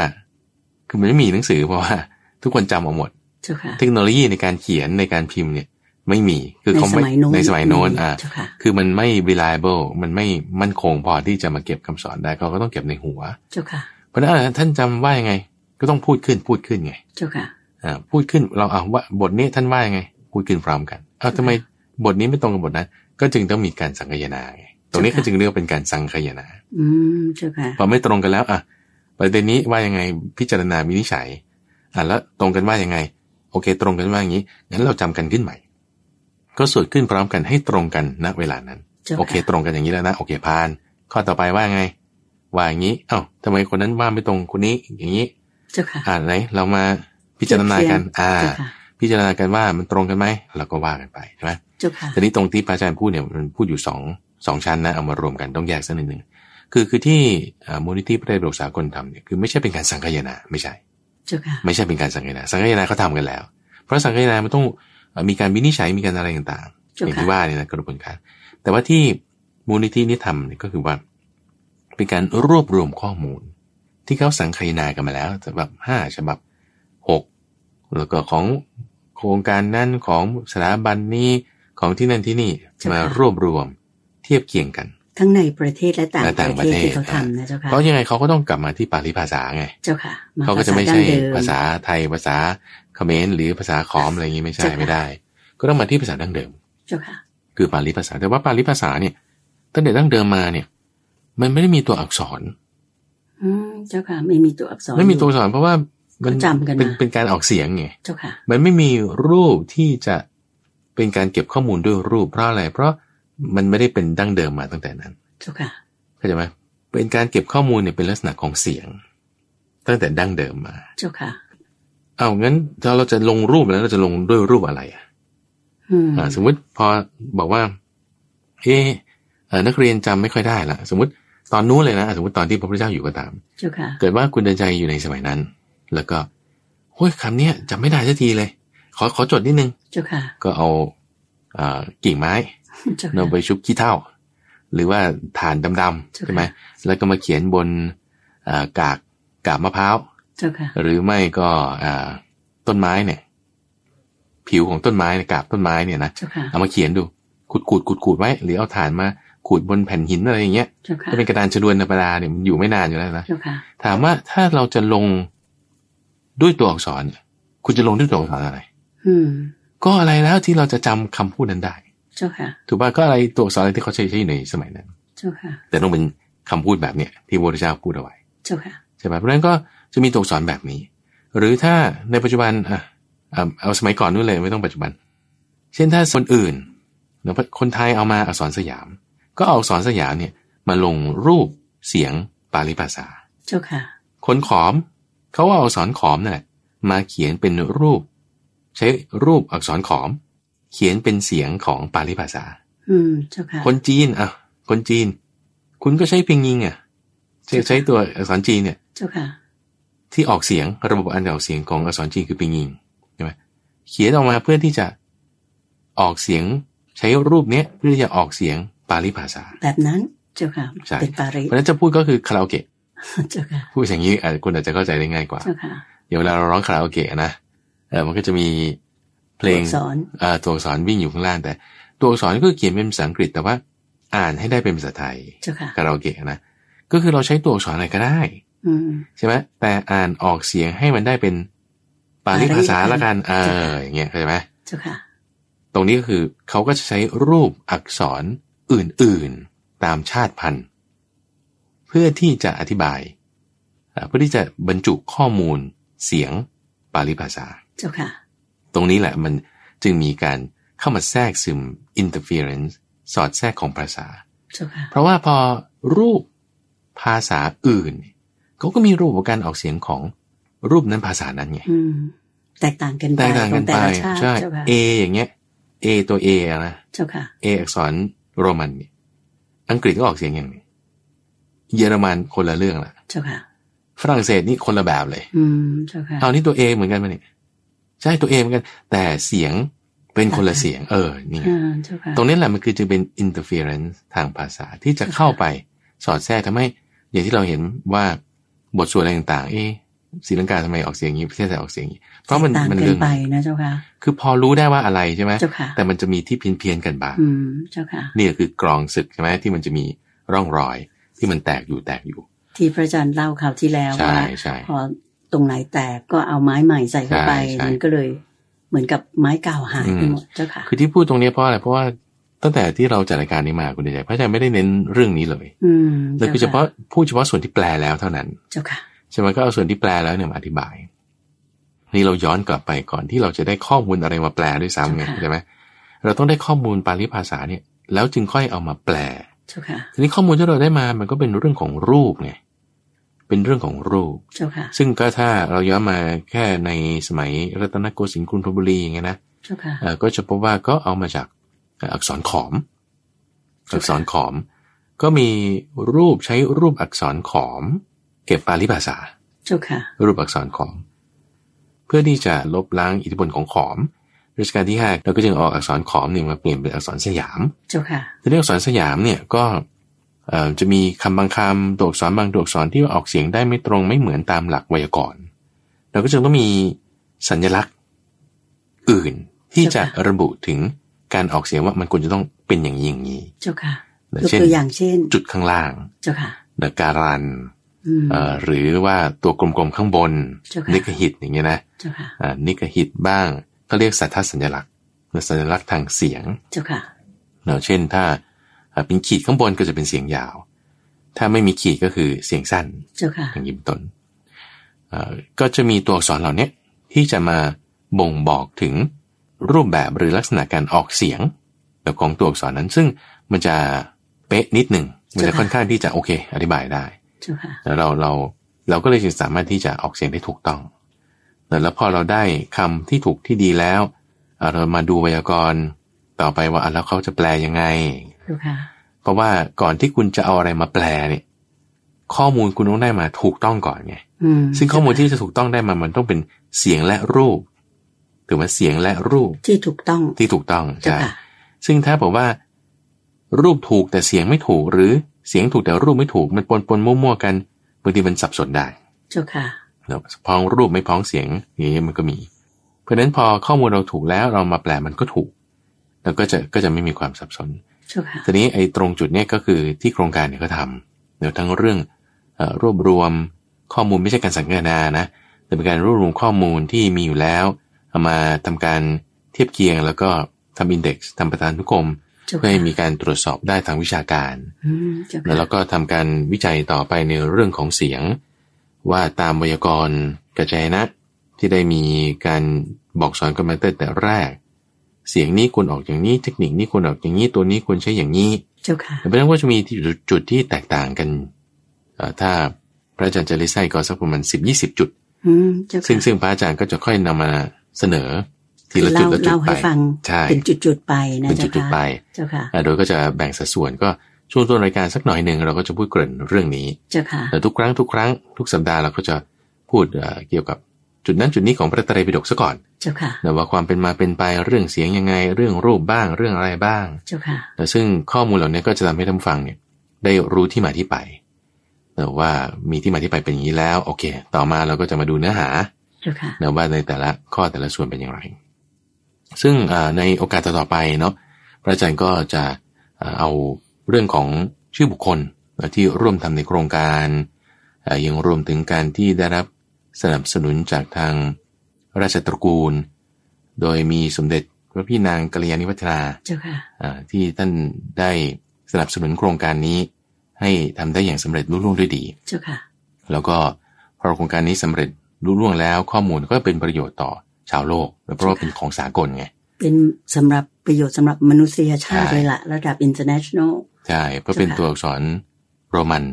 Speaker 2: คือมันไม่มีหนังสือเพราะว่า ทุกคนจำเอาหมด
Speaker 1: เจ้าค่ะ
Speaker 2: เทคโนโลยีในการเขียนในการพิมพ์เนี่ย ไม่มี คือเขา
Speaker 1: ในส
Speaker 2: ไม่
Speaker 1: มัยโน้น
Speaker 2: ในสมัยโน้นอ่า
Speaker 1: เจ้าค่ะ
Speaker 2: คือมันไม่ reliable มันไม่มั่นคงพอที่จะมาเก็บคำสอนได้เขาก็ต้องเก็บในหัว
Speaker 1: เจ้าค่ะ
Speaker 2: เพราะฉะนั้นอ่ะท่านจำว่ายังไง ก็ต้องพูดขึ้นพูดขึ้นไง
Speaker 1: เจ้าค่ะ
Speaker 2: อ่าพูดขึ้นเราเอาว่าบทนี้ท่านว่ายังไง พูดขึ้นพร้อมกันเอาทำไมบทนี้ไม่ตรงกับบทนั้น ก็จึงต้องมีการสังคายนาไงตรงนี้ก็จึงเรียกว่าเป็นการสังคายนา
Speaker 1: อืมเจ้าค่ะ
Speaker 2: พอไม่ตรงกันแล้วอ่ะประเด็นนี้ว่ายังไงพิจารณาวินิจฉัยอ่ะแล้วตรงกันว่ายังไง โอเค ตรงกันว่าอย่างนี้งั้นเราจำกันขึ้นใหม่ ก็สวดขึ้นพร้อมกันให้ตรงกันณเวลานั้น
Speaker 1: เจ้า
Speaker 2: โอเค
Speaker 1: ค่ะ
Speaker 2: ตรงกันอย่างนี้แล้วนะโอเคพาน ข้อต่อไปว่าไง ว่าอย่างนี้เอ้าทำไมคนนั้นว่าไม่ตรงคนนี้อย่างนี้
Speaker 1: เจ้าค่ะ
Speaker 2: อ่าไหนเรามาพิจารณากัน อ่า
Speaker 1: เจ้าค่ะ
Speaker 2: พิจารณากันว่ามันตรงกันไหมเราก็ว่ากันไปใช่ไหม
Speaker 1: เจ้าค่ะ
Speaker 2: ทีนี้ตรงที่พระอาจารย์พูดเนี่ยมันพูดอยู่สองสองชั้นนะเอามารวมกันต้องแยกสักนิดหนึ่งคือคือที่อ่ามูลนิธิพระเดชโลกสากลทำเนี่ยคือไม่ใช่เป็นการสังคายนาไม่ใช่
Speaker 1: เจ้าค่ะ
Speaker 2: ไม่ใช่เป็นการสังคายนาสังคายนาเขาทำกันแล้ว เพราะสังคายนามันต้องเอ่อมีการวินิจฉัยมีการอะไรต่างๆ อ
Speaker 1: เจ้า
Speaker 2: ย่าง
Speaker 1: ค่ะ
Speaker 2: ที่ว่าเนี่ยนะกระบวนการ แต่ว่าที่มูลนิธินี่ทำเนี่ยก็คือว่า เป็นการรวบรวมข้อมูล ที่เขาสังคายนากันมาแล้วฉบับห้าฉบับหกแล้วก็ของโครงการนั้นของสถาบันนี้ของที่นั่นที่นี่
Speaker 1: เจ้าค่ะ
Speaker 2: มารวบรวมเทียบเคียงกัน
Speaker 1: ทั้งในประเทศและต่าง
Speaker 2: และ
Speaker 1: ป
Speaker 2: ต่าง
Speaker 1: ระ
Speaker 2: ประ
Speaker 1: เท
Speaker 2: เท
Speaker 1: ศ
Speaker 2: ศ
Speaker 1: ที่เขาทำนะเจ้าค่ะ
Speaker 2: เพราะยังไงเขาก็ต้องกลับมาที่ปาลิภาษาไง
Speaker 1: เจ้าค่ะ
Speaker 2: เขาก็จะไม่
Speaker 1: ภษ
Speaker 2: ใช่
Speaker 1: ดั้งเดิม
Speaker 2: ภาษาไทยภาษาเขมรหรือภาษาขอมอะไรอย่างนี้ไม่ใช่
Speaker 1: จ้ะ
Speaker 2: ไม่ได้ ก็ต้องมาที่ภาษาดั้งเดิม
Speaker 1: เจ้าค่ะ
Speaker 2: คือปาลิภาษาแต่ว่าปาลิภาษาเนี่ยตั้งแต่ดั้งเดิมมาเนี่ย มันไม่ได้มีตัวอักษร
Speaker 1: อืมเจ้าค่ะ ไม่มีตัวอักษร
Speaker 2: ไม่มีตัวอักษรเพราะว่ามัน
Speaker 1: เขาจำกันมา
Speaker 2: เป็นเป็นการออกเสียงไง
Speaker 1: เจ้าค่ะ
Speaker 2: มันไม่มีรูปที่จะเป็นการเก็บข้อมูลด้วยรูปเพราะอะไร เพราะมันไม่ได้เป็นดั้งเดิมมาตั้งแต่นั้น
Speaker 1: เจ้าค่ะ
Speaker 2: เข้าใจไหมเป็นการเก็บข้อมูลเนี่ยเป็นลักษณะของเสียง ตั้งแต่ดั้งเดิมมา
Speaker 1: เจ้าค่ะ
Speaker 2: เอางั้นถ้าเราจะลงรูปแล้วเราจะลงด้วยรูปอะไรอ่ะ
Speaker 1: อืม
Speaker 2: อ่าสมมติพอบอกว่าเออเอ่อนักเรียนจำไม่ค่อยได้ละสมมติตอนนู้นเลยนะอ่ะสมมติตอนที่พระพุทธเจ้าอยู่ก็ตาม
Speaker 1: เจ้าค่ะ
Speaker 2: เกิดว่าคุณเดินใจอยู่ในสมัยนั้น แล้วก็โอ้ยคำเนี้ยจำไม่ได้สักทีเลย ขอขอจดนิดนึง
Speaker 1: เจ้าค่ะ
Speaker 2: ก็เอาอ่ากิ่งไม้
Speaker 1: เจ้าค่ะ
Speaker 2: นำไปชุบขี้เถ้าหรือว่าฐานดำ
Speaker 1: เจ้า
Speaker 2: ๆ
Speaker 1: ค่ะ
Speaker 2: ใช่ไหมแล้วก็มาเขียนบนอ่ากากกาบมะพร้าว
Speaker 1: เจ้าค่ะ
Speaker 2: หรือไม่ก็อ่าต้นไม้เนี่ย ผิวของต้นไม้เนี่ยกาบต้นไม้เนี่ยนะ
Speaker 1: เจ้าค่ะ
Speaker 2: เอามาเขียนดู ขูดขูดขูดขูดไว้ หรือเอาฐานมาขูดบนแผ่นหินอะไรอย่างเงี้ย
Speaker 1: เจ้าค่ะ
Speaker 2: จะเป็นกระดานชนวนธรรมดาเนี่ยมันอยู่ไม่นานอยู่แล้วนะ
Speaker 1: เจ้าค่ะ
Speaker 2: ถามว่าถ้าเราจะลงด้วยตัวอักษรเนี่ยคุณจะลงด้วยตัวอักษรอะไร
Speaker 1: อืม
Speaker 2: ก็อะไรแล้วที่เราจะจำคำพูดนั้นได้
Speaker 1: เจ้าค่ะ
Speaker 2: ถูกป่ะก็อะไรตัวอักษรอะไรที่เขาใช้ใช้อยู่ในสมัยนั้น
Speaker 1: เจ้าค่ะ
Speaker 2: แต่ต้องเป็นคำพูดแบบเนี้ยที่พระพุทธเจ้าพูดเอาไว้
Speaker 1: เจ้าค่ะ
Speaker 2: ใช่ไหมเพราะฉะนั้นก็จะมีตัวอักษรแบบนี้ หรือถ้าในปัจจุบันอ่ะเอาเอาสมัยก่อนนู่นเลยไม่ต้องปัจจุบัน เช่นถ้าคนอื่นหรือคนไทยเอามาอักษรสยาม ก็เอาอักษรสยามเนี่ยมาลงรูปเสียงปาลิภาษา
Speaker 1: เจ้าค่ะ
Speaker 2: คนขอมเขาเอาอักษรขอมนั่นแหละมาเขียนเป็นรูป ใช้รูปอักษรขอม เขียนเป็นเสียงของปาลิภาษา
Speaker 1: อืม เจ้าค่ะ
Speaker 2: คนจีนอ่ะคนจีน คุณก็ใช้เพียงยิงอ่ะใช้ใช้ตัวอักษรจีนเนี่ย
Speaker 1: เจ้าค่ะ
Speaker 2: ที่ออกเสียงระบบอันออกเสียงของอักษรจีนคือปิงยิงใช่ไหม เขียนออกมาเพื่อที่จะออกเสียงใช้รูปเนี้ยเพื่อที่จะออกเสียงปาลิภาษา
Speaker 1: แบบนั้นเจ้าค่ะ
Speaker 2: ใช่
Speaker 1: เป็นปาริ
Speaker 2: เพราะฉะนั้นจะพูดก็คือคาราโอเกะ
Speaker 1: เจ้าค่ะ
Speaker 2: พูดอย่างนี้อาจคุณอาจจะเข้าใจได้ง่ายกว่า
Speaker 1: เจ้าค่ะ
Speaker 2: เดี๋ยวเวลาเราร้องคาราโอเกะนะเออมันก็จะมีเพลง
Speaker 1: ตัวอักษร
Speaker 2: เอ่อตัวอักษรวิ่งอยู่ข้างล่างแต่ ตัวอักษรก็เขียนเป็นภาษาอังกฤษแต่ว่าอ่านให้ได้เป็นภาษาไทย
Speaker 1: เจ้าค่ะ
Speaker 2: คาราโอเกะนะก็คือเราใช้ตัวอักษรอะไรก็ได้
Speaker 1: อืม
Speaker 2: ใช่ไหมแต่อ่านออกเสียงให้มันได้เป็นปาลิภาษาละกันเอออย่างเงี้ยเข้าใจไหม
Speaker 1: เจ้าค่ะ
Speaker 2: ตรงนี้ก็คือเขาก็จะใช้รูปอักษรอื่นๆตามชาติพันธุ์ เพื่อที่จะอธิบายเอ่อเพื่อที่จะบรรจุข้อมูลเสียงปาลิภาษา
Speaker 1: เจ้าค่ะ
Speaker 2: ตรงนี้แหละมันจึงมีการเข้ามาแทรกซึม interference สอดแทรกของภาษา
Speaker 1: เจ้าค่ะ
Speaker 2: เพราะว่าพอรูปภาษาอื่นเนี่ยเขาก็มีรูปของการออกเสียงของรูปนั้นภาษานั้นไง
Speaker 1: อืม แตกต่างกันไป
Speaker 2: แตกต่าง
Speaker 1: ข
Speaker 2: กัน
Speaker 1: อแต่
Speaker 2: ไป
Speaker 1: ละชาติ
Speaker 2: ใช่
Speaker 1: เจ้าค่ะ
Speaker 2: A อย่างเงี้ย A ตัว A อะนะ
Speaker 1: เจ้าค่ะ
Speaker 2: A อักษรโรมันเนี่ยอังกฤษก็ออกเสียงอย่างหนึงเยอรมันคนละเรื่องละ
Speaker 1: เจ้าค่ะ
Speaker 2: ฝรั่งเศสนี่คนละแบบเลย
Speaker 1: อืม เจ้าค่ะ
Speaker 2: เอานี่ตัว A เหมือนกันไหมเนี่ยใช่ตัว A เหมือนกัน แต่เสียงเป็นคนละเสียง เออนี่ไง
Speaker 1: อ่า เจ้าค่ะ
Speaker 2: ตรงนี้แหละมันคือจึงเป็น interference ทางภาษาที่จะเข้าไปสอดแทรกทำให้ อย่างที่เราเห็นว่าบทสวดอะไรต่างๆ เอ๊ะศรีลังกาทำไมออกเสียงอย่างนี้ประเทศไทยออกเสียงอย่างนี้ เพราะมัน
Speaker 1: แตกต่าง
Speaker 2: มัน
Speaker 1: กั
Speaker 2: เรื่อน ง
Speaker 1: ไปนะเจ้าค่ะ
Speaker 2: คือพอรู้ได้ว่าอะไรใช่ไหม
Speaker 1: เจ้าค่ะ
Speaker 2: แต่มันจะมีที่เพี้ยนๆกันบ้าง
Speaker 1: อืม เจ้าค่ะ
Speaker 2: นี่คือกรองศึกใช่ไหมที่มันจะมีร่องรอยที่มันแตกอยู่แตกอยู่
Speaker 1: ที่พระอาจารย์เล่าข่าวที่แล้ว
Speaker 2: ใช่
Speaker 1: ว่า
Speaker 2: ใช่
Speaker 1: พอตรงไหนแตกก็เอาไม้ใหม่ใส่เข้าไป
Speaker 2: ใช่ใช่
Speaker 1: มันก็เลย เหมือนกับไม้เก่าหายไป
Speaker 2: อืม
Speaker 1: หมดเจ้าค่ะ
Speaker 2: คือที่พูดตรงนี้เพราะอะไรเพราะว่าตั้งแต่ที่เราจัดรายการนี้มาคุณใจพระอาจารย์ไม่ได้เน้นเรื่องนี้เลย
Speaker 1: อืม
Speaker 2: แต่คือเฉพาะพูดเฉพาะส่วนที่แปลแล้วเท่านั้น
Speaker 1: เจ้าค่ะ
Speaker 2: ใช่ไหมก็เอาส่วนที่แปลแล้วเนี่ยมาอธิบาย นี่เราย้อนกลับไปก่อนที่เราจะได้ข้อมูลอะไรมาแปลด้วยซ้ำไง
Speaker 1: ค่ะ
Speaker 2: ใช่ไหมเราต้องได้ข้อมูลปาลิภาษาเนี่ย แล้วจึงค่อยเอามาแปล
Speaker 1: เจ้าค่ะ
Speaker 2: ทีนี้ข้อมูลที่เราได้มามันก็เป็นเรื่องของรูปไงเป็นเรื่องของรูป
Speaker 1: เจ้าค่ะ
Speaker 2: ซึ่งก็ถ้าเราย้อนมาแค่ในสมัยรัตนโกสินทร์กรุงธนบุรีอย่างเงี้ยนะ
Speaker 1: เจ้าค่ะ
Speaker 2: เอ่อก็จะพบว่าก็เอามาจากเอ่ออักษรขอม อักษรขอม ก็มีรูปใช้รูปอักษรขอม เก็บปาลิภาษา
Speaker 1: เจ้าค่ะ
Speaker 2: รูปอักษรขอม เพื่อที่จะลบล้างอิทธิพลของขอมรัชกาลที่5เราก็จึงเอาอักษรขอมเนี่ยมาเปลี่ยนเป็นอักษรสยาม
Speaker 1: เจ้าค่ะ
Speaker 2: ทีนี้อักษรสยามเนี่ยก็เอ่อจะมีคำบางคำตัวอักษรบางตัวอักษรที่ออกเสียงได้ไม่ตรงไม่เหมือนตามหลักไวยากรณ์เราก็จึงต้องมีสัญลักษณ์อื่นที่จะ
Speaker 1: เจ้าค่ะ
Speaker 2: ระบุถึงการออกเสียงว่ามันควรจะต้องเป็นอย่างนี้อย่างนี้
Speaker 1: เจ้าค่ะ
Speaker 2: นะ
Speaker 1: ยก
Speaker 2: เช่น
Speaker 1: ตัวอย่างเช่น
Speaker 2: จุดข้างล่าง
Speaker 1: เจ้าค่ะ
Speaker 2: นะการัน
Speaker 1: อืม
Speaker 2: เอ่อหรือว่าตัวกลมๆข้างบน
Speaker 1: เจ้าค่ะ
Speaker 2: นิกหิตอย่างเงี้ยนะ
Speaker 1: เจ้าค่ะ
Speaker 2: อ่านิกหิตบ้างก็เรียกสัทธสัญลักษณ์หรือสัญลักษณ์ทางเสียง
Speaker 1: เจ้าค่ะ
Speaker 2: เนาะเช่นถ้าอ่าเป็นขีดข้างบนก็จะเป็นเสียงยาว ถ้าไม่มีขีดก็คือเสียงสั้น
Speaker 1: เจ้าค่ะ
Speaker 2: อย่างนี้เป็นต้นเอ่อก็จะมีตัวอักษรเหล่าเนี้ยที่จะมาบ่งบอกถึงรูปแบบหรือลักษณะการออกเสียงของตัวอักษรนั้น ซึ่งมันจะเป๊ะนิดหนึ่งมันจะค่อนข้างที่จะโอเค อธิบายได้
Speaker 1: เจ้าค่ะ
Speaker 2: แล้วเราเราเราก็เลยจึงสามารถที่จะออกเสียงได้ถูกต้อง แล้วพอเราได้คำที่ถูกที่ดีแล้วเอาเรามาดูไวยากรณ์ต่อไปว่าอ่ะแล้วเขาจะแปลยังไง
Speaker 1: เจ้าค่ะ
Speaker 2: เพราะว่าก่อนที่คุณจะเอาอะไรมาแปลเนี่ย ข้อมูลคุณต้องได้มาถูกต้องก่อนไง
Speaker 1: อืม
Speaker 2: ซึ่งข้อมูลที่จะถูกต้องได้มามันต้องเป็นเสียงและรูปถือว่าเสียงและรูป
Speaker 1: ที่ถูกต้อง
Speaker 2: ที่ถูกต้อง
Speaker 1: เจ้า
Speaker 2: ใช่
Speaker 1: ค่ะ
Speaker 2: ซึ่งถ้าบอกว่า รูปถูกแต่เสียงไม่ถูก หรือเสียงถูกแต่รูปไม่ถูก มันปนปนมั่วๆกันบางทีมันสับสนได้
Speaker 1: เจ้าค่ะ
Speaker 2: เราพ้องรูปไม่พ้องเสียงอย่างเงี้ยมันก็มี เพราะฉะนั้นพอข้อมูลเราถูกแล้วเรามาแปลมันก็ถูก แล้วก็จะก็จะไม่มีความสับสน
Speaker 1: เจ้าค่ะ
Speaker 2: ทีนี้ไอ้ตรงจุดเนี้ยก็คือที่โครงการเนี่ยเขาทำเดี๋ยวทั้งเรื่องเอ่อรวบรวมข้อมูลไม่ใช่การสังเกตนานะแต่เป็นการรวบรวมข้อมูลที่มีอยู่แล้วเอามาทำการเทียบเคียงแล้วก็ทำอินเด็กซ์ทำประธานทุกรม
Speaker 1: เจ้า
Speaker 2: เพื่อ
Speaker 1: ค่ะ
Speaker 2: ให้มีการตรวจสอบได้ทางวิชาการ
Speaker 1: อืมเจ้าค่ะ
Speaker 2: แล้วก็ทำการวิจัยต่อไปในเรื่องของเสียง ว่าตามไวยากรณ์กระจายนะ ที่ได้มีการบอกสอนกันมาตั้งแต่แรก เสียงนี้ควรออกอย่างนี้เทคนิคนี้ควรออกอย่างนี้ตัวนี้ควรใช้อย่างนี้
Speaker 1: เจ้าค่ะ
Speaker 2: แต่เพราะฉะนั้นก็จะมีที่จุดจุดที่แตกต่างกันเอ่อถ้าพระอาจารย์จะลิไซก็สักประมาณสิบยี่สิบจุด
Speaker 1: อืม เจ้าค่ะ
Speaker 2: ซึ่งซึ่งพระอาจารย์ก็จะค่อยนำมาเสนอทีละจุด
Speaker 1: เา
Speaker 2: ละจุด
Speaker 1: เล่า
Speaker 2: ไป
Speaker 1: ให้ฟัง
Speaker 2: ใช่
Speaker 1: เป็นจุดๆไปนะ
Speaker 2: เป็น
Speaker 1: เจ้า
Speaker 2: จุดๆไป
Speaker 1: ค่ะ เจ้าค่ะ
Speaker 2: อ่ะโดยก็จะแบ่งสัดส่วนก็ช่วงต้นรายการสักหน่อยหนึ่งเราก็จะพูดเกริ่นเรื่องนี้
Speaker 1: เจ้าค่ะ
Speaker 2: แต่ทุกครั้งทุกครั้งทุกสัปดาห์เราก็จะพูดเอ่อเกี่ยวกับ จุดนั้นจุดนี้ของพระไตรัยปิฎกซะก่อน
Speaker 1: เจ้าค่ะ
Speaker 2: นะว่าความเป็นมาเป็นไปเรื่องเสียงยังไง เรื่องรูปบ้างเรื่องอะไรบ้าง
Speaker 1: เจ้าค่ะ
Speaker 2: นะซึ่งข้อมูลเหล่านี้ก็จะทำให้ท่านผู้ฟังเนี่ยได้รู้ที่มาที่ไปนะว่ามีที่มาที่ไปเป็นอย่างนี้แล้ว โอเค ต่อมาเราก็จะมาดูเนื้อหา
Speaker 1: เจ้าค่ะ
Speaker 2: นะว่าในแต่ละข้อแต่ละส่วนเป็นอย่างไร ซึ่งอ่าในโอกาสต่อๆไปเนาะพระอาจารย์ก็จะอ่าเอาเรื่องของชื่อบุคคลนะที่ร่วมทำในโครงการอ่ายังรวมถึงการที่ได้รับสนับสนุนจากทางราชตระกูล โดยมีสมเด็จพระพี่นางกัลยาณิวัฒนา
Speaker 1: เจ้าค่ะ
Speaker 2: อ่าที่ท่านได้สนับสนุนโครงการนี้ ให้ทำได้อย่างสำเร็จลุล่วงด้วยดี
Speaker 1: เจ้าค่ะ
Speaker 2: แล้วก็พอโครงการนี้สำเร็จลุล่วงแล้วข้อมูลก็เป็นประโยชน์ต่อชาวโลก เพราะว่าเป็นของสากลไง
Speaker 1: เป็นสำหรับประโยชน์สำหรับมนุษยชาติ
Speaker 2: ใช่
Speaker 1: เลยละระดับ international
Speaker 2: ใช่เพราะเป็นตัวอักษรโรมัน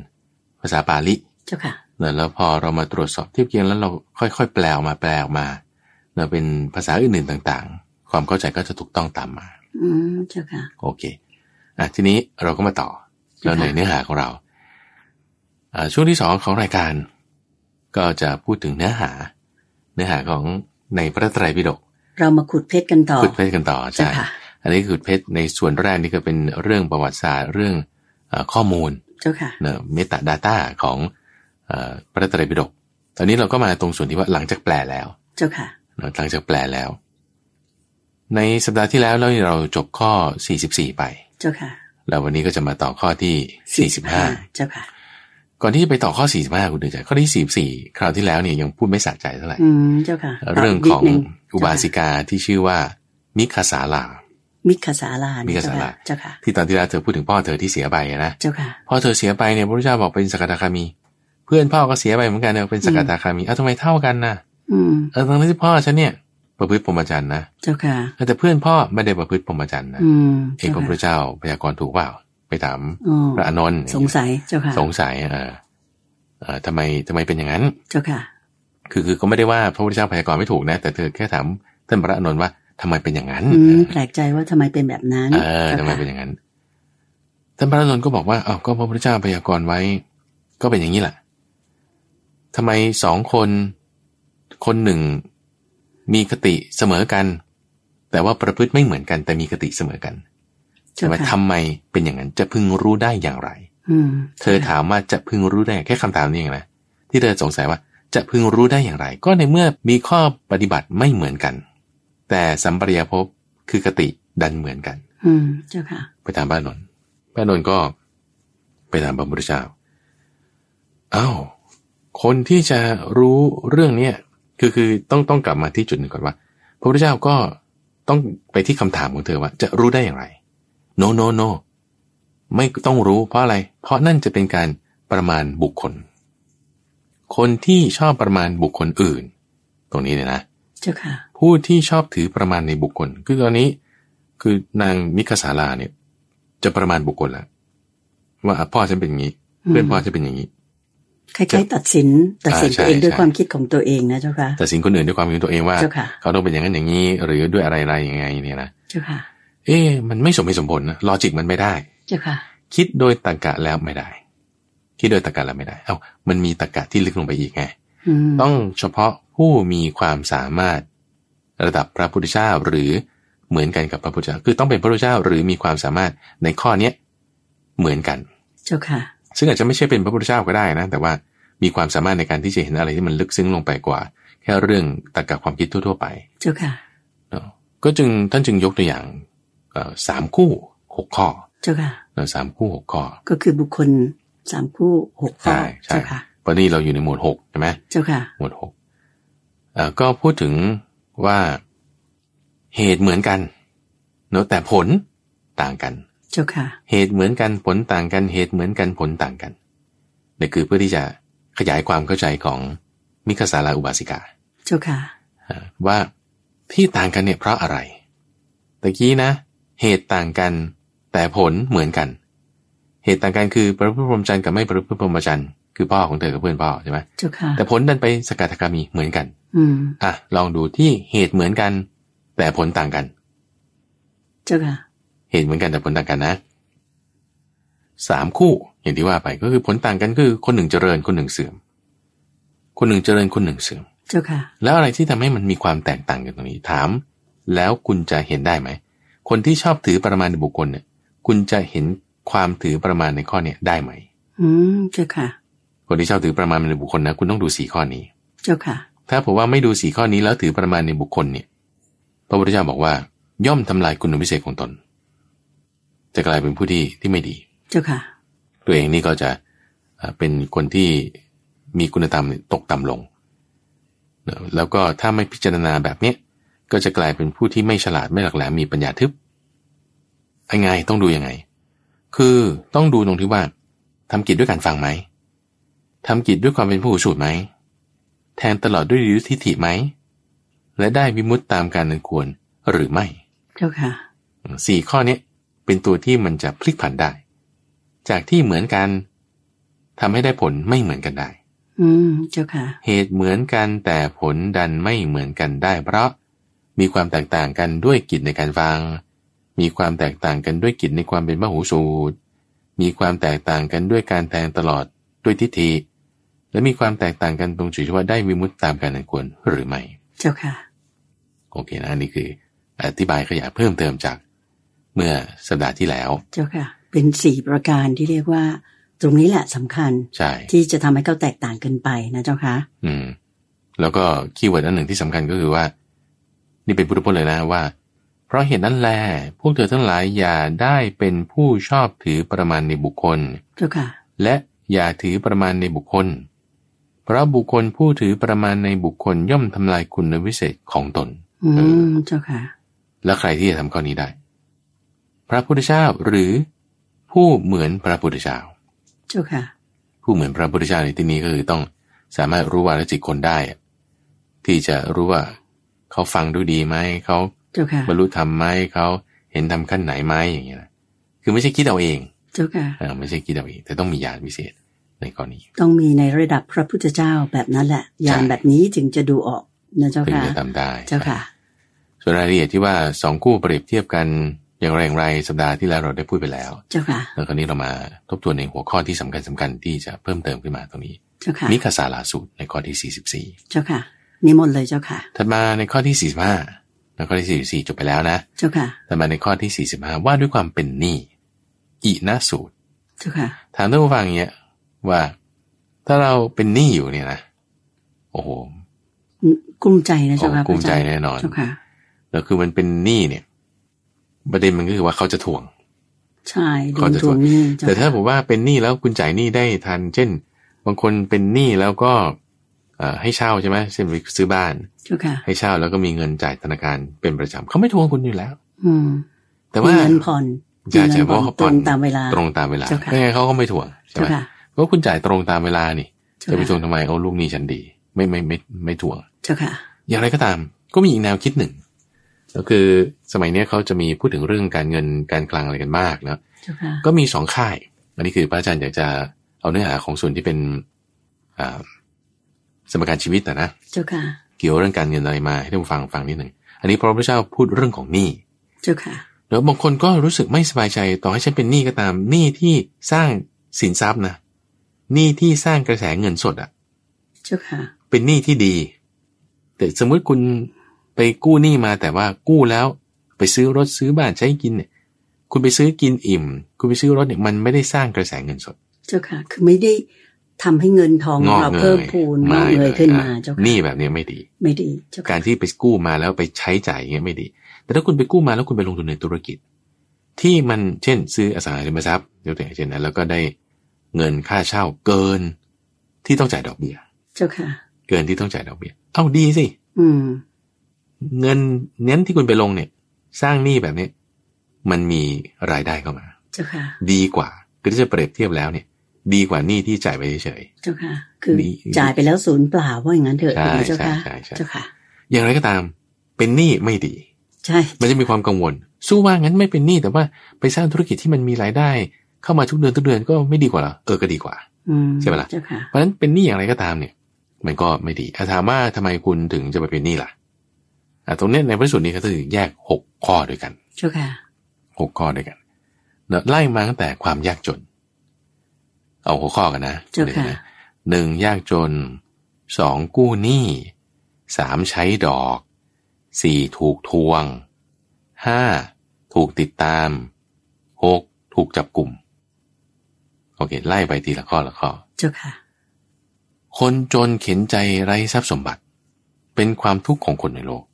Speaker 2: ภาษาปาลิ
Speaker 1: เจ้าค่ะ
Speaker 2: นะแล้วพอเรามาตรวจสอบเทียบเคียงแล้วเราค่อยๆ แปลออกมาแปลออกมาเราเป็นภาษาอื่นๆต่างๆ ความเข้าใจก็จะถูกต้องตามมา
Speaker 1: อืม เจ้าค่ะ
Speaker 2: โอเค อ่ะทีนี้เราก็มาต่อแล้วในเนื้อหาของเรา อ่าช่วงที่สองของรายการ ก็จะพูดถึงเนื้อหา เนื้อหาของในพระไตรปิฎก
Speaker 1: เรามาขุดเพชรกันต่อ
Speaker 2: ขุดเพชรกันต่อ
Speaker 1: เจ้า
Speaker 2: ใช่
Speaker 1: ค่ะ
Speaker 2: อันนี้คือเพชรในส่วนแรกนี่ก็เป็นเรื่องประวัติศาสตร์เรื่องเออข้อมูล
Speaker 1: เจ้าค่ะ
Speaker 2: เนะเมตาดาต้าของเออพระไตรปิฎกตอนนี้เราก็มาตรงส่วนที่ว่าหลังจากแปลแล้ว
Speaker 1: เจ้าค่ะ
Speaker 2: หลังจากแปลแล้ว ในสัปดาห์ที่แล้วเราเราจบข้อ 44 ไป
Speaker 1: เจ้าค่ะ
Speaker 2: แล้ววันนี้ก็จะมาต่อข้อที่ 45
Speaker 1: เจ้าค่ะ
Speaker 2: ก่อนที่จะไปต่อข้อ 45 คุณเดือนใจข้อที่ 44 คราวที่แล้วเนี่ยยังพูดไม่สะใจเท่าไหร่
Speaker 1: อืม เจ้าค่ะ
Speaker 2: เรื่องของ
Speaker 1: นิดนึ
Speaker 2: อุบาสิกาที่ชื่อว่ามิคาสาลา
Speaker 1: มิคสาลามิ
Speaker 2: มิคสาลา
Speaker 1: เจ้าค่ะ
Speaker 2: ที่ตอนที่แล้วเธอพูดถึงพ่อเธอที่เสียไปอะนะ
Speaker 1: เจ้าค่ะ
Speaker 2: พ่อเธอเสียไปเนี่ยพระพุทธเจ้าบอกเป็นสกทาคามี เพื่อนพ่อก็เสียไปเหมือนกันเนี่ยเป็นสกทาคามีเอ้าทำไมเท่ากันนะ
Speaker 1: อืม
Speaker 2: เออทั้งที่พ่อฉันเนี่ยประพฤติพรหมจรรย์นะ
Speaker 1: เจ้าค่ะ
Speaker 2: แต่เพื่อนพ่อไม่ได้ประพฤติพรหมจรรย์นะ
Speaker 1: อืม
Speaker 2: เอกพระพุทธเจ้าพยากรณ์ถูกเปล่าไปถาม
Speaker 1: อ๋อ
Speaker 2: พระอานนท์
Speaker 1: สงสัย เจ้าค่ะ
Speaker 2: สงสัยเออเออทำไมทำไมเป็นอย่างนั้น
Speaker 1: เจ้าค่ะ
Speaker 2: คือคือก็ไม่ได้ว่าพระพุทธเจ้าพยากรณ์ไม่ถูกนะ แต่เธอแค่ถามท่านพระอานนท์ว่าทำไมเป็นอย่างนั้น
Speaker 1: อืม แปลกใจว่าทำไมเป็นแบบนั้น
Speaker 2: เออ
Speaker 1: เจ้า
Speaker 2: ทำไม
Speaker 1: ค่ะ
Speaker 2: เป็นอย่างนั้น ท่านพระอานนท์ก็บอกว่าอ้าวก็พระพุทธเจ้าพยากรณ์ไว้ ก็เป็นอย่างนี้แหละทำไมสองคน คนหนึ่งมีคติเสมอกัน แต่ว่าประพฤติไม่เหมือนกัน แต่มีคติเสมอกัน
Speaker 1: เจ้า
Speaker 2: แต่ว่า
Speaker 1: ค่ะ
Speaker 2: ทำไมเป็นอย่างนั้น จะพึงรู้ได้อย่างไร
Speaker 1: อืม
Speaker 2: เธอถามว่าจะพึงรู้ได้แค่คำถามนี้เองนะที่เธอสงสัยว่าจะพึงรู้ได้อย่างไร ก็ในเมื่อมีข้อปฏิบัติไม่เหมือนกัน แต่สัมปรายภพคือกติดันเหมือนกัน
Speaker 1: อืม เจ้าค่ะ
Speaker 2: ไปตามบ้านนนท์บ้านนนท์ก็ไปตามพระพุทธเจ้าอ้าวคนที่จะรู้เรื่องเนี้ยคือคือต้องต้องกลับมาที่จุดหนึ่งก่อนว่า พระพุทธเจ้าก็ต้องไปที่คำถามของเธอว่า จะรู้ได้อย่างไร no no no ไม่ต้องรู้เพราะอะไร เพราะนั่นจะเป็นการประมาณบุคคล คนที่ชอบประมาณบุคคลอื่น ตรงนี้เนี่ยนะ
Speaker 1: เจ้าค่ะ
Speaker 2: ผู้ที่ชอบถือประมาณในบุคคล คือตอนนี้คือนางมิคสาลาเนี่ย จะประมาณบุคคลแล้วว่าอ่ะพ่อฉันเป็นอย่างนี้
Speaker 1: อืม
Speaker 2: เพื่อนพ่อฉันเป็นอย่างนี้
Speaker 1: คล้ายๆตัดสิน ตัดสิน
Speaker 2: อ่าใช่
Speaker 1: ตัวเองด้วย
Speaker 2: ใช่
Speaker 1: ความคิดของตัวเองนะเจ้าค่ะ
Speaker 2: แต่สิ่งคนอื่นด้วยความคิดของตัวเองว่า
Speaker 1: เจ้าค่ะ
Speaker 2: เขาต้องเป็นอย่างนั้นอย่างนี้ หรือด้วยอะไรอะไรยังไงเนี่ยนะ
Speaker 1: เจ้าค่ะ
Speaker 2: เอ๊ะมันไม่สมเหตุสมผลนะลอจิกมันไม่ได้
Speaker 1: เจ้าค่ะ
Speaker 2: คิดโดยตรรกะแล้วไม่ได้ คิดโดยตรรกะแล้วไม่ได้ เอ้ามันมีตรรกะที่ลึกลงไปอีกไง
Speaker 1: อืม
Speaker 2: ต้องเฉพาะผู้มีความสามารถระดับพระพุทธเจ้าหรือเหมือนกันกับพระพุทธเจ้า คือต้องเป็นพระพุทธเจ้าหรือมีความสามารถในข้อเนี้ยเหมือนกัน
Speaker 1: เจ้าค่ะ
Speaker 2: ซึ่งอาจจะไม่ใช่เป็นพระพุทธเจ้าก็ได้นะ แต่ว่ามีความสามารถในการที่จะเห็นอะไรที่มันลึกซึ้งลงไปกว่า แค่เรื่องตรรกะความคิดทั่วๆไป
Speaker 1: เจ้าค่ะ
Speaker 2: เนาะก็จึงท่านจึงยกตัวอย่างเอ่อสามคู่หกข้อ
Speaker 1: เจ้าค่ะ
Speaker 2: เนาะสามคู่หกข้อ
Speaker 1: ก็คือบุคคลสามคู่หกข้อ
Speaker 2: ใช่ใช่
Speaker 1: เจ้าค่ะ
Speaker 2: เพราะนี่เราอยู่ในหมวดหกใช่ไหม
Speaker 1: เจ้าค่ะ
Speaker 2: หมวดหกเอ่อก็พูดถึงว่าเหตุเหมือนกันเนอะแต่ผลต่างกัน
Speaker 1: เจ้าค่ะ
Speaker 2: เหตุเหมือนกันผลต่างกัน เหตุเหมือนกันผลต่างกันนี่คือเพื่อที่จะขยายความเข้าใจของมิคสาลาอุบาสิกา
Speaker 1: เจ้าค่ะ
Speaker 2: อ่าว่าที่ต่างกันเนี่ยเพราะอะไรตะกี้นะ เหตุต่างกันแต่ผลเหมือนกัน เหตุต่างกันคือประพฤติพรหมจรรย์กับไม่ประพฤติพรหมจรรย์คือพ่อของเธอกับเพื่อนพ่อใช่ไหม
Speaker 1: เจ้าค่ะ
Speaker 2: แต่ผลดันไปสกัดกามีเหมือนกัน
Speaker 1: อืม
Speaker 2: อ่ะลองดูที่เหตุเหมือนกัน แต่ผลต่างกัน
Speaker 1: เจ้าค่ะ
Speaker 2: เหตุเหมือนกันแต่ผลต่างกันนะสามคู่อย่างที่ว่าไปก็คือผลต่างกันคือ คนหนึ่งเจริญคนหนึ่งเสื่อม คนหนึ่งเจริญคนหนึ่งเสื่อม
Speaker 1: เจ้าค่ะ
Speaker 2: แล้วอะไรที่ทำให้มันมีความแตกต่างกันตรงนี้ถาม แล้วคุณจะเห็นได้ไหม คนที่ชอบถือประมาณในบุคคลเนี่ย คุณจะเห็นความถือประมาณในข้อเนี่ยได้ไหม
Speaker 1: อืมเจ้าค่ะ
Speaker 2: คนที่ชอบถือประมาณในบุคคลนะคุณต้องดูสี่ข้อนี้
Speaker 1: เจ้าค่ะ
Speaker 2: ถ้าผมว่าไม่ดูสี่ข้อนี้แล้วถือประมาณในบุคคลเนี่ย พระพุทธเจ้าบอกว่า ย่อมทำลายคุณวิเศษของตน จะกลายเป็นผู้ที่ที่ไม่ดี
Speaker 1: เจ้าค่ะ
Speaker 2: ตัวเองนี่ก็จะเอ่อเป็นคนที่มีคุณธรรมเนี่ยตกต่ำลงเนอะแล้วก็ถ้าไม่พิจารณาแบบเนี้ยก็จะกลายเป็นผู้ที่ไม่ฉลาดไม่หลักแหลมมีปัญญาทึบยังไงต้องดูยังไง คือต้องดูตรงที่ว่าทำกิจด้วยการฟังไหมทำกิจด้วยความเป็นผู้สูตรไหม แทนตลอดด้วยยุทธิถิไหม และได้วิมุตตตามการนันควรหรือไม่
Speaker 1: เจ้าค่ะ
Speaker 2: สี่ข้อเนี้ยเป็นตัวที่มันจะพลิกผันได้ จากที่เหมือนกันทำให้ได้ผลไม่เหมือนกันได้
Speaker 1: อืมเจ้าค่ะ
Speaker 2: เหตุเหมือนกันแต่ผลดันไม่เหมือนกันได้ เพราะมีความแตกต่างกันด้วยกิจในการฟัง มีความแตกต่างกันด้วยกิจในความเป็นมหูสูตร มีความแตกต่างกันด้วยการแทงตลอดด้วยทิฏฐิและมีความแตกต่างกันตรงจุดที่ว่าได้วิมุตตตามการนันควรหรือไม่
Speaker 1: เจ้าค่ะ
Speaker 2: โอเคนะอันนี้คืออธิบายขยายเพิ่มเติมจากเมื่อสัปดาห์ที่แล้ว
Speaker 1: เจ้าค่ะ เป็นสี่ประการที่เรียกว่า ตรงนี้แหละสำคัญ
Speaker 2: ใช่
Speaker 1: ที่จะทำให้เขาแตกต่างกันไปนะเจ้าค่ะ
Speaker 2: อืม แล้วก็คีย์เวิร์ดอันหนึ่งที่สำคัญก็คือว่า นี่เป็นพุทธพจน์เลยนะว่า เพราะเหตุนั้นแล พวกเธอทั้งหลายอย่าได้เป็นผู้ชอบถือประมาณในบุคคล
Speaker 1: เจ้าค่ะ
Speaker 2: และอย่าถือประมาณในบุคคล เพราะบุคคลผู้ถือประมาณในบุคคลย่อมทำลายคุณวิเศษของตน
Speaker 1: อืมเจ้าค่ะ
Speaker 2: และใครที่จะทำข้อนี้ได้ พระพุทธเจ้าหรือผู้เหมือนพระพุทธเจ้า
Speaker 1: เจ้าค่ะ
Speaker 2: ผู้เหมือนพระพุทธเจ้าในที่นี้ก็คือต้องสามารถรู้วาระจิตคนได้อะที่จะรู้ว่าเขาฟังดูดีไหมเขา
Speaker 1: เจ้าค่ะ
Speaker 2: บรรลุธรรมไหมเขาเห็นธรรมขั้นไหนไหมอย่างเงี้ยนะคือไม่ใช่คิดเอาเอง
Speaker 1: เจ้าค่ะ
Speaker 2: เออไม่ใช่คิดเอาเองแต่ต้องมีญาณวิเศษในกรณี
Speaker 1: ต้องมีในระดับพระพุทธเจ้าแบบนั้นแหละยาน
Speaker 2: ใช่
Speaker 1: แบบนี้ถึงจะดูออกนะเจ้า
Speaker 2: ถึง
Speaker 1: ค่ะ
Speaker 2: จะทำได้
Speaker 1: เจ้าค่ะ
Speaker 2: ส่วนรายละเอียดที่ว่าสองคู่เปรียบเทียบกันอย่างไรอย่างไรสัปดาห์ที่แล้วเราได้พูดไปแล้ว
Speaker 1: เจ้าค่ะ
Speaker 2: แล้วคราวนี้เรามาทบทวนในหัวข้อที่สำคัญสคัญๆที่จะเพิ่มเติมขึ้นมาตรงนี้
Speaker 1: เจ้าค่ะ
Speaker 2: มิคาสาลาสูตรในข้อที่ 44
Speaker 1: เจ้าค่ะ นิมนต์เลยเจ้าค่ะ
Speaker 2: ถัดมาในข้อที่ 45แล้วข้อที่ 44 จบไปแล้วนะ
Speaker 1: เจ้าค่ะ
Speaker 2: ถัดมาในข้อที่ 45 ว่าด้วยความเป็นหนี้อินะสูตร
Speaker 1: เจ้าค่ะ
Speaker 2: ถามท่านผู้ฟังอย่างเงี้ยว่า ถ้าเราเป็นหนี้อยู่เนี่ยนะ โอ้โห
Speaker 1: กลุ้มใจนะ
Speaker 2: โอ้
Speaker 1: เจ้าค่ะ
Speaker 2: กลุ้มใจ
Speaker 1: พระอาารย์
Speaker 2: แน่นอน
Speaker 1: เจ้าค่ะ
Speaker 2: แล้วคือมันเป็นหนี้เนี่ย ประเด็นมันก็คือว่าเขาจะทวง
Speaker 1: ใช่โด
Speaker 2: เขา
Speaker 1: น
Speaker 2: จะ
Speaker 1: ทวง
Speaker 2: ทวง
Speaker 1: หนี้เจ้
Speaker 2: แต่ถ้า
Speaker 1: ค่ะ
Speaker 2: ผมว่าเป็นหนี้แล้วคุณจ่ายหนี้ได้ทัน เช่น บางคนเป็นหนี้แล้วก็เอ่อให้เช่าใช่ไหมเช่นไปซื้อบ้าน
Speaker 1: เจ้าค่ะ
Speaker 2: ให้เช่าแล้วก็มีเงินจ่ายธนาคารเป็นประจำเขาไม่ทวงคุณอยู่แล้ว
Speaker 1: อืม
Speaker 2: แต่ว่า
Speaker 1: มีเงินผ่อน
Speaker 2: ใช่ใช่
Speaker 1: มี
Speaker 2: เพ
Speaker 1: งิน
Speaker 2: ราะเขา
Speaker 1: ตร
Speaker 2: ผ่อน
Speaker 1: งตามเวลา
Speaker 2: ตรงตามเวลา
Speaker 1: เจ้าค่ะ
Speaker 2: ยังไงเขาก็ไม่ถ่วง
Speaker 1: เจ้า
Speaker 2: ใช่ไหม
Speaker 1: ค่ะ
Speaker 2: เพราะคุณจ่ายตรงตามเวลานี่
Speaker 1: เจ้า
Speaker 2: จะไปถ่ว
Speaker 1: ค่ะ
Speaker 2: งทำไมเอาลูกหนี้ฉันดี ไม่ไม่ไม่ไม่ไม่ถ่วง
Speaker 1: เจ้าค่ะ
Speaker 2: อย่างไรก็ตาม ก็มีอีกแนวคิดหนึ่งก็คือสมัยเนี้ยเขาจะมีพูดถึงเรื่องการเงินการคลังอะไรกันมากนะ
Speaker 1: เจ้าค่ะ
Speaker 2: ก็มีสองค่าย อันนี้คือพระอาจารย์อยากจะเอาเนื้อหาของส่วนที่เป็นอ่าสมการชีวิตนะนะ
Speaker 1: เจ้าค่ะ
Speaker 2: เกี่ยวเรื่องการเงินอะไรมาให้ท่านผู้ฟังฟังนิดหนึ่งอันนี้พระพุทธเจ้าพูดเรื่องของหนี้
Speaker 1: เจ้าค่ะ
Speaker 2: แล้วบางคนก็รู้สึกไม่สบายใจต่อให้ฉันเป็นหนี้ก็ตามหนี้ที่สร้างสินทรัพย์นะหนี้ที่สร้างกระแสเงินสดอะ
Speaker 1: เจ้าค่ะ
Speaker 2: เป็นหนี้ที่ดี แต่สมมติคุณไปกู้หนี้มาแต่ว่ากู้แล้ว ไปซื้อรถซื้อบ้านใช้กินเนี่ย คุณไปซื้อกินอิ่ม คุณไปซื้อรถเนี่ยมันไม่ได้สร้างกระแสเงินสด
Speaker 1: เจ้าค่ะ คือไม่ได้ทำให้เงินทองของเราเพิ่มพูนงอกเงยขึ้นมา
Speaker 2: ะ
Speaker 1: เจ้า
Speaker 2: ห
Speaker 1: ค่ะ
Speaker 2: นี้แบบเนี้ยไม่ดี
Speaker 1: ไม่ดีเจ้าค่ะ
Speaker 2: การที่ไปกู้มาแล้วไปใช้จ่ายอย่างเงี้ยไม่ดี แต่ถ้าคุณไปกู้มาแล้วคุณไปลงทุนในธุรกิจ ที่มันเช่น ซื้ออสังหาริมทรัพย์ยกตัวอย่างเช่นนะแล้วก็ได้เงินค่าเช่าเกิน ที่ต้องจ่ายดอกเบี้ย
Speaker 1: เจ้าค่ะ
Speaker 2: เกินที่ต้องจ่ายดอกเบี้ย เอาดีสิ
Speaker 1: อืม
Speaker 2: เงินเน้นที่คุณไปลงเนี่ย สร้างหนี้แบบเนี้ยมันมีรายได้เข้ามา
Speaker 1: เจ้าค่ะ
Speaker 2: ดีกว่าคือถ้าจะเปรียบเทียบแล้วเนี่ย ดีกว่าหนี้ที่จ่ายไปเฉย
Speaker 1: เจ้าค่ะ คือ
Speaker 2: ดี
Speaker 1: จ่ายไปแล้วศูนย์เปล่าว่าอย่างนั้นเถอะ
Speaker 2: ใช่
Speaker 1: ถูกไหมเจ้าค่ะ
Speaker 2: ใช่ใช่ใช่
Speaker 1: เจ้าค่ะ
Speaker 2: ๆอย่างไรก็ตาม เป็นหนี้ไม่ดี
Speaker 1: ใช่
Speaker 2: มันจะมีความกังวล สู้ว่างั้นไม่เป็นหนี้แต่ว่าไปสร้างธุรกิจที่มันมีรายได้ เข้ามาทุกเดือนทุกเดือนก็ไม่ดีกว่าเหรอเออก็ดีกว่า
Speaker 1: อืม
Speaker 2: ใช่ปะล่ะ
Speaker 1: เจ้าค่ะ
Speaker 2: เพราะฉะนั้นเป็นหนี้อย่างไรก็ตามเนี่ย มันก็ไม่ดีอ่ะถามว่าทำไมคุณถึงจะไปเป็นหนี้ล่ะอ่ะตรงเนี้ยในพระสูตรนี้เขาถึงแยกหกข้อด้วยกัน
Speaker 1: เจ้าค่ะ
Speaker 2: หกข้อด้วยกันเนอะไล่มาตั้งแต่ความยากจน เอาหัวข้อกันนะ
Speaker 1: เจ้าค่ะ
Speaker 2: หนึ่งยากจนสองกู้หนี้ สามใช้ดอกสี่ถูกทวงห้าถูกติดตามหกถูกจับกลุ่ม โอเค ไล่ไปทีละข้อละข้อ
Speaker 1: เจ้าค่ะ
Speaker 2: คนจนเข็นใจไร้ทรัพย์สมบัติ เป็นความทุกข์ของคนในโลก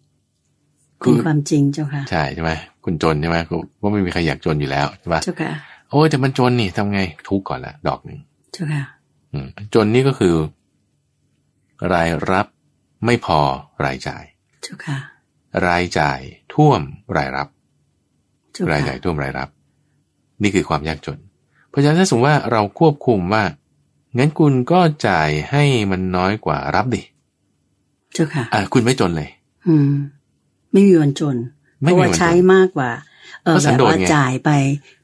Speaker 1: คือความจริงเจ้าค่ะ
Speaker 2: ใช่ใช่ไหมคุณจนใช่ไหมก็ก็ไม่มีใครอยากจนอยู่แล้วใช่ปะ
Speaker 1: เจ้าค่ะ
Speaker 2: โอ้ยแต่มันจนนี่ทำไงทุกข์ก่อนละดอกหนึ่ง
Speaker 1: เจ้าค่ะ
Speaker 2: อืมจนนี่ก็คือ รายรับไม่พอรายจ่าย
Speaker 1: เจ้าค่ะ
Speaker 2: รายจ่ายท่วมรายรับ
Speaker 1: เจ้าร
Speaker 2: าย
Speaker 1: ค่ะ
Speaker 2: จ่ายท่วมรายรับ นี่คือความยากจน เพราะฉะนั้นถ้าสมมติว่าเราควบคุมว่างั้นคุณก็จ่ายให้มันน้อยกว่ารับดิ
Speaker 1: เจ้าค่ะ
Speaker 2: อ่ะคุณไม่จนเลย
Speaker 1: อืม ไม่มีวันจน เพ
Speaker 2: ไม่
Speaker 1: ราะ
Speaker 2: มี
Speaker 1: ว่า
Speaker 2: วันจ
Speaker 1: ใช้
Speaker 2: น
Speaker 1: มากกว่า เออ
Speaker 2: ก็สั
Speaker 1: แบ
Speaker 2: น
Speaker 1: บ
Speaker 2: โดษ
Speaker 1: ว่า
Speaker 2: ไง
Speaker 1: จ่ายไป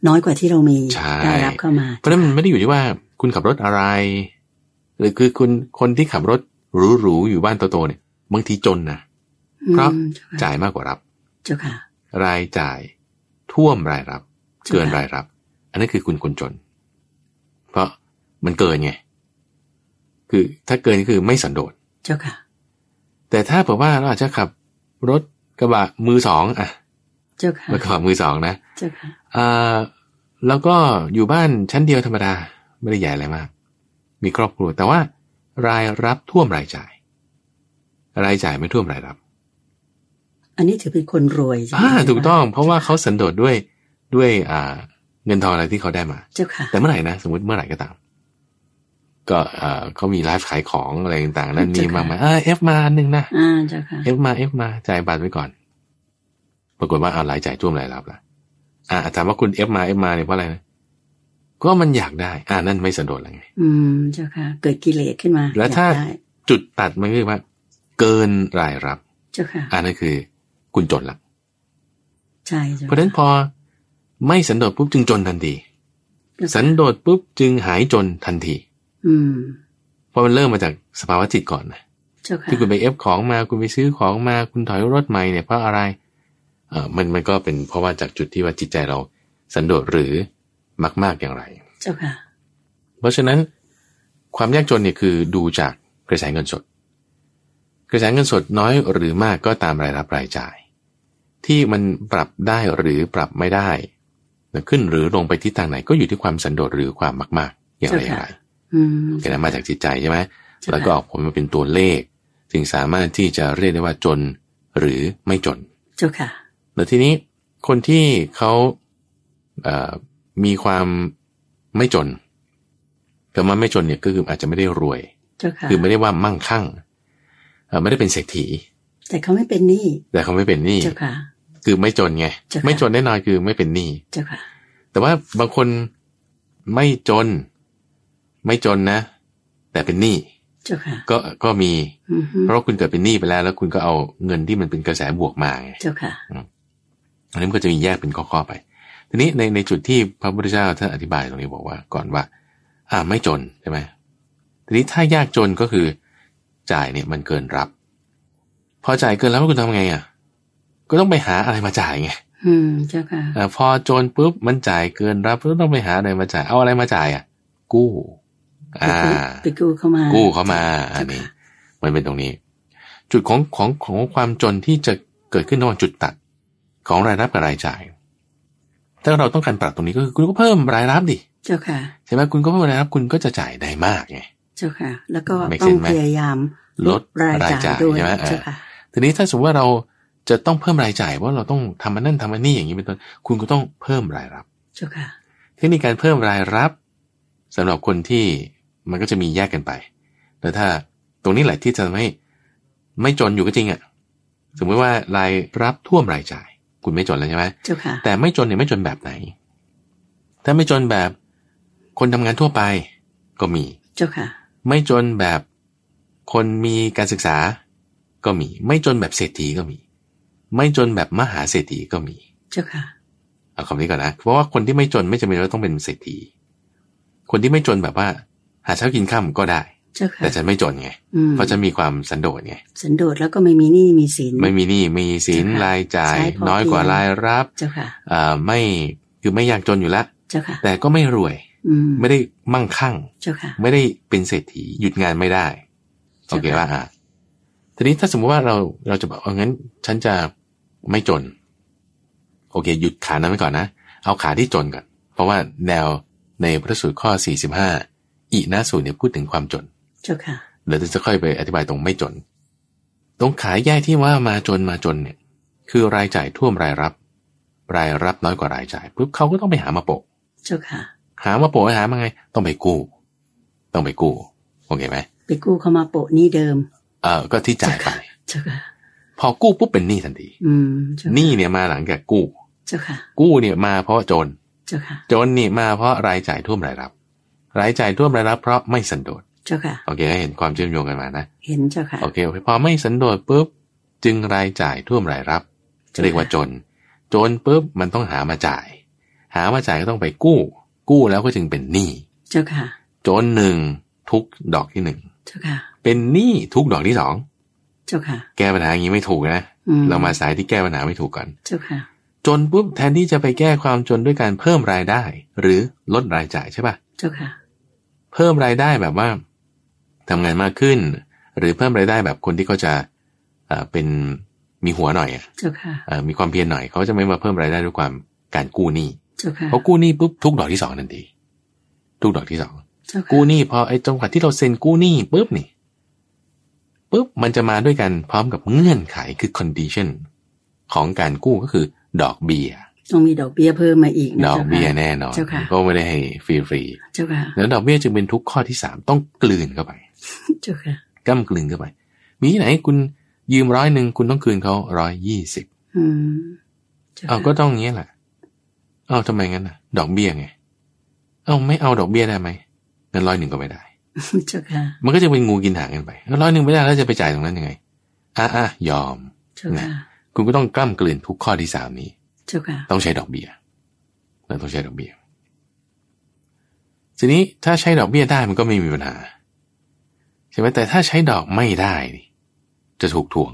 Speaker 1: น้อยกว่าที่เรามี
Speaker 2: ใช่
Speaker 1: ได้รับเข้ามา
Speaker 2: เพราะฉะนั้นมันไม่ได้อยู่ที่ว่าคุณขับรถอะไร หรือคือคุณคนที่ขับรถหรูๆอยู่บ้านโตๆเนี่ยบางทีจนนะ เพราะ
Speaker 1: อืม
Speaker 2: จ่ายมากกว่ารับ
Speaker 1: เจ้าค่ะ
Speaker 2: รายจ่าย ท่วมรายรับ
Speaker 1: ใช่
Speaker 2: เกินรายรับ อันนั้นคือคุณคนจน เพราะมันเกินไง คือถ้าเกินคือไม่สันโดษ
Speaker 1: เจ้าค่ะ
Speaker 2: แต่ถ้าเผื่อว่าเราอาจจะขับรถกระบะมือสองอะ
Speaker 1: เจ้าค่ะ
Speaker 2: รถกระบะมือสองนะ
Speaker 1: เจ้าค่ะ
Speaker 2: อ่าแล้วก็อยู่บ้านชั้นเดียวธรรมดา ไม่ได้ใหญ่อะไรมาก มีครอบครัว แต่ว่ารายรับท่วมรายจ่าย รายจ่ายไม่ท่วมรายรับ
Speaker 1: อันนี้ถือเป็นคนรวยใช่ไหม
Speaker 2: อ่าถูกต้อง เพราะว่าเขาสันโดษด้วยด้วยอ่าเงินทองอะไรที่เขาได้มา
Speaker 1: เจ้าค่ะ
Speaker 2: แต่เมื่อไหร่นะสมมติเมื่อไหร่ก็ตาม ก็อ่าเขามีไลฟ์ขายของอะไรต่างๆนั่นมีมากมายเออเอฟมาอันหนึ่งนะ
Speaker 1: อ่า เจ้าค่ะ
Speaker 2: เอฟมาเอฟมาจ่ายบัตรไว้ก่อน ปรากฏว่าเอารายจ่ายท่วมรายรับละอ่าถามว่าคุณเอฟมาเอฟมาเนี่ยเพราะอะไรนะก็มันอยากได้ อ่านั่นไม่สันโดษแล้วไง
Speaker 1: อืม เจ้าค่ะ เกิดกิเลสขึ้นมา
Speaker 2: แล้วถ้า
Speaker 1: อยกได้
Speaker 2: จุดตัดมันก็คือว่า เกินรายรับ
Speaker 1: เจ้าค่ะ
Speaker 2: อ่านั่นคือ คุณจนละ
Speaker 1: ใช่เจ้า
Speaker 2: เพราะฉะนั้นพอไม่สันโดษปุ๊บจึงจนทันที
Speaker 1: ค่ะ
Speaker 2: สันโดษปุ๊บจึงหายจนทันที
Speaker 1: อืม
Speaker 2: เพราะมันเริ่มมาจากสภาวะจิตก่อนนะ
Speaker 1: เจ้าค่ะ
Speaker 2: ที่คุณไปเอฟของมาคุณไปซื้อของมาคุณถอยรถใหม่เนี่ยเพราะอะไรเออมันมันก็เป็นเพราะว่าจากจุดที่ว่าจิตใจเราสันโดษหรือมากมากๆอย่างไร
Speaker 1: เจ้าค่ะ
Speaker 2: เพราะฉะนั้นความยากจนเนี่ยคือดูจากกระแสเงินสด กระแสเงินสดน้อยหรือมากก็ตามรายรับรายจ่าย ที่มันปรับได้หรือปรับไม่ได้ขึ้นหรือลงไปทิศทางไหนก็อยู่ที่ความสันโดษหรือความมาก ๆ อย่างไรอย่างไร
Speaker 1: อืม
Speaker 2: เห็นไหมมาจากจิตใจใช่ไหม
Speaker 1: เจ้าค่ะ
Speaker 2: แล้วก็ออกผลมาเป็นตัวเลข จึงสามารถที่จะเรียกได้ว่าจนหรือไม่จน
Speaker 1: เจ้าค่ะ
Speaker 2: แล้วทีนี้คนที่เขาเอ่อมีความไม่จนคำว่าไม่จนเนี่ยก็คืออาจจะไม่ได้รวย
Speaker 1: เจ้าค่ะ
Speaker 2: คือไม่ได้ว่ามั่งคั่งเอ่อไม่ได้เป็นเศรษฐี
Speaker 1: แต่เขาไม่เป็นหนี้
Speaker 2: แต่เขาไม่เป็นหนี้
Speaker 1: เจ้าค่ะ
Speaker 2: คือไม่จนไง
Speaker 1: เจ้าค่ะ
Speaker 2: ไม่จนแน่นอนคือไม่เป็นหนี้
Speaker 1: เจ้าค่ะ
Speaker 2: แต่ว่าบางคนไม่จน ไม่จนนะ แต่เป็นหนี้
Speaker 1: เจ้าค่ะ
Speaker 2: ก็ก็มี
Speaker 1: อือฮึ
Speaker 2: เพราะว่าคุณเกิดเป็นหนี้ไปแล้ว แล้วคุณก็เอาเงินที่มันเป็นกระแสบวกมาไง
Speaker 1: เจ้าค่ะ
Speaker 2: อันนี้มันก็จะมีแยกเป็นข้อๆไป ทีนี้ในในจุดที่พระพุทธเจ้าท่านอธิบายตรงนี้บอกว่าก่อนว่า อ่าไม่จนใช่ไหมทีนี้ถ้ายากจนก็คือจ่ายเนี่ยมันเกินรับ พอจ่ายเกินแล้วคุณทำไงอ่ะ ก็ต้องไปหาอะไรมาจ่ายไง
Speaker 1: อืม เจ้าค่ะ
Speaker 2: เอ่อพอจนปุ๊บมันจ่ายเกินรับก็ต้องไปหาอะไรมาจ่ายเอาอะไรมาจ่ายอ่ะ กู้ อ่า
Speaker 1: ไปกู้เข้ามา กู้
Speaker 2: กู้เข้ามาอันนี้มันเป็นตรงนี้ จุดของของของความจนที่จะเกิดขึ้นระหว่างจุดตัด ของรายรับกับรายจ่าย ถ้าเราต้องการปรับตรงนี้ก็คือคุณก็เพิ่มรายรับดิ
Speaker 1: เจ้าค่ะ
Speaker 2: ใช่ไหมคุณก็เพิ่มรายรับคุณก็จะจ่ายได้มากไง
Speaker 1: เจ้าค่ะ แล้วก็
Speaker 2: ไม่
Speaker 1: ต้
Speaker 2: เข็
Speaker 1: อง
Speaker 2: นไหม
Speaker 1: พยายาม
Speaker 2: ลดรายจ่าย
Speaker 1: ด้วย
Speaker 2: ใช่ไหมเออ
Speaker 1: เจ้าค่ะ
Speaker 2: ทีนี้ถ้าสมมติว่าเราจะต้องเพิ่มรายจ่ายว่าเราต้องทำอันนั่นทำอันนี้อย่างนี้เป็นต้นคุณก็ต้องเพิ่มรายรับ
Speaker 1: เจ้าค่ะ
Speaker 2: เทคนิคการเพิ่มรายรับสำหรับคนที่มันก็จะมีแยกกันไป แต่ถ้าตรงนี้แหละที่จะทำให้ไม่จนอยู่ก็จริงอะ่ะ สมมติว่ารายรับท่วมรายจ่าย คุณไม่จนแล้วใช่ไหม
Speaker 1: เจ้าค่ะ
Speaker 2: แต่ไม่จนเนี่ยไม่จนแบบไหน ถ้าไม่จนแบบคนทำงานทั่วไปก็มี
Speaker 1: เจ้าค่ะ
Speaker 2: ไม่จนแบบคนมีการศึกษาก็มี ไม่จนแบบเศรษฐีก็มี ไม่จนแบบมหาเศรษฐีก็มี
Speaker 1: เจ้าค่ะ
Speaker 2: เอาคำนี้ก่อนนะ เพราะว่าคนที่ไม่จนไม่จำเป็นว่าต้องเป็นเศรษฐี คนที่ไม่จนแบบว่า หาเช้ากินข้าก็ได้
Speaker 1: เจ้าค่ะ
Speaker 2: แต่ฉันไม่จนไง
Speaker 1: อืม
Speaker 2: เพราะฉันมีความสันโดษไง
Speaker 1: สันโดษแล้วก็ไม่มีหนี้มีสิน
Speaker 2: ไม่มีหนี้มีสิน
Speaker 1: ใช่ค่ะ
Speaker 2: รายจ่าย
Speaker 1: ใช้พอ
Speaker 2: น้อยกว่า
Speaker 1: เพียง
Speaker 2: รายรับ
Speaker 1: เจ้าค่ะ
Speaker 2: อ่าไม่คือไม่ยากจนอยู่ละ
Speaker 1: เจ้าค่ะ
Speaker 2: แต่ก็ไม่รวย
Speaker 1: อืม
Speaker 2: ไม่ได้มั่งคั่ง
Speaker 1: เจ้าค่ะ
Speaker 2: ไม่ได้เป็นเศรษฐีหยุดงานไม่ได้ โอเคว่าอ่ะ ทีนี้ถ้าสมมติว่าเราเราจะบอกเอางั้น ฉันจะไม่จน โอเค หยุดขานั้นไว้ก่อนนะ เอาขาที่จนก่อน เพราะว่าแนวในพระสูตรข้อ 45 อินาสูตรเนี่ยพูดถึงความจน
Speaker 1: เจ้าค่ะ
Speaker 2: เดี๋ยวจะค่อยไปอธิบายตรงไม่จน ตรงขายแยกที่ว่ามาจนมาจนเนี่ย คือรายจ่ายท่วมรายรับ รายรับน้อยกว่ารายจ่ายปุ๊บเขาก็ต้องไปหามาโปะ
Speaker 1: เจ้าค่ะ
Speaker 2: หามาโปะหามาไง ต้องไปกู้ ต้องไปกู้โอเคไหม
Speaker 1: ไปกู้เขามาโปะหนี้เดิม
Speaker 2: เออก็ที่จ่ายไป
Speaker 1: เจ้าค่ะ
Speaker 2: พอกู้ปุ๊บเป็นหนี้ทันที
Speaker 1: อืมเจ้า
Speaker 2: หนี้เนี่ยมาหลังจากกู้
Speaker 1: เจ้าค่ะ
Speaker 2: กู้เนี่ยมาเพราะจน
Speaker 1: เจ้าค่ะ
Speaker 2: จนนี่มาเพราะรายจ่ายท่วมรายรับ รายจ่ายท่วมรายรับเพราะไม่สันโดษ
Speaker 1: เจ้าค่ะ
Speaker 2: โอเคให้เห็นความเชื่อมโยงกันมานะ
Speaker 1: เห็นเจ้าค่ะ
Speaker 2: โอเคโอเคพอไม่สันโดษปุ๊บจึงรายจ่ายท่วมรายรับ
Speaker 1: จริง
Speaker 2: เรียกว่าจน จนปุ๊บมันต้องหามาจ่าย หามาจ่ายก็ต้องไปกู้ กู้แล้วก็จึงเป็นหนี้
Speaker 1: เจ้าค่ะ
Speaker 2: จนหนึ่งทุกดอกที่หนึ่ง
Speaker 1: เจ้าค่ะ
Speaker 2: เป็นหนี้ทุกดอกที่สอง
Speaker 1: เจ้าค่ะ
Speaker 2: แก้ปัญหาอย่างนี้ไม่ถูกนะ
Speaker 1: อื
Speaker 2: เรามาสายที่แก้ปัญหาไม่ถูกก่อน
Speaker 1: เจ้าค่ะ
Speaker 2: จนปุ๊บแทนที่จะไปแก้ความจนด้วยการเพิ่มรายได้ หรือลดรายจ่ายใช่ปะ
Speaker 1: เจ้าค่ะ
Speaker 2: เพิ่มรายได้แบบว่าทำงานมากขึ้น หรือเพิ่มรายได้แบบคนที่เขาจะเอ่อเป็นมีหัวหน่อยอะ
Speaker 1: เจ้าค่ะ
Speaker 2: เอ่อมีความเพียรหน่อยเขาจะไม่มาเพิ่มรายได้ด้วยความการกู้หนี้
Speaker 1: เจ้าค่ะ
Speaker 2: เพราะกู้หนี้ปุ๊บทุกดอกที่สองทันทีทุกดอกที่สอง
Speaker 1: เจ้าค่ะ
Speaker 2: กู้หนี้พอไอ้จังหวะที่เราเซ็นกู้หนี้ปุ๊บนี่ปุ๊บมันจะมาด้วยกันพร้อมกับเงื่อนไขคือ condition ของการกู้ก็คือดอกเบีย้ย
Speaker 1: ต้องมีดอกเบี้ยเพิ่มมาอีกนะ
Speaker 2: ดอก
Speaker 1: จ้าค่ะ
Speaker 2: เบี้ยแน่นอน
Speaker 1: เจ้าค่ะ
Speaker 2: ก็ไม่ได้ให้ฟรี
Speaker 1: เจ้าค่ะ
Speaker 2: ๆแล้วดอกเบี้ยจึงเป็นทุกข์ข้อที่สามต้องกลืนเข้าไป
Speaker 1: เจ้าค่ะ
Speaker 2: ก้ำกลืนเข้าไป มีที่ไหนคุณยืมร้อยหนึ่งคุณต้องคืนเขาร้อยยี่สิบ
Speaker 1: อืมเจ้า
Speaker 2: เอา
Speaker 1: ค่ะ
Speaker 2: ก็ต้องอย่างนี้แหละ เอาทำไมงั้นน่ะ ดอกเบี้ยไง เอาไม่เอาดอกเบี้ยได้ไหมเงินร้อยหนึ่งก็ไม่ได้
Speaker 1: เจ้าค่ะ
Speaker 2: มันก็จะเป็นงูกินหางกันไปร้อยหนึ่งไม่ได้แล้วจะไปจ่ายตรงนั้นยังไง อ่ะอ่ะยอม
Speaker 1: เจ้าค่ะ
Speaker 2: คุณก็ต้องกล้ำกลืนทุกข้อที่สามนี้
Speaker 1: เจ้าค่ะ
Speaker 2: ต้องใช้ดอกเบี้ยเราต้องใช้ดอกเบี้ย ทีนี้ถ้าใช้ดอกเบี้ยได้มันก็ไม่มีปัญหาใช่ไหมแต่ถ้าใช้ดอกไม่ได้นี่จะถูกทวง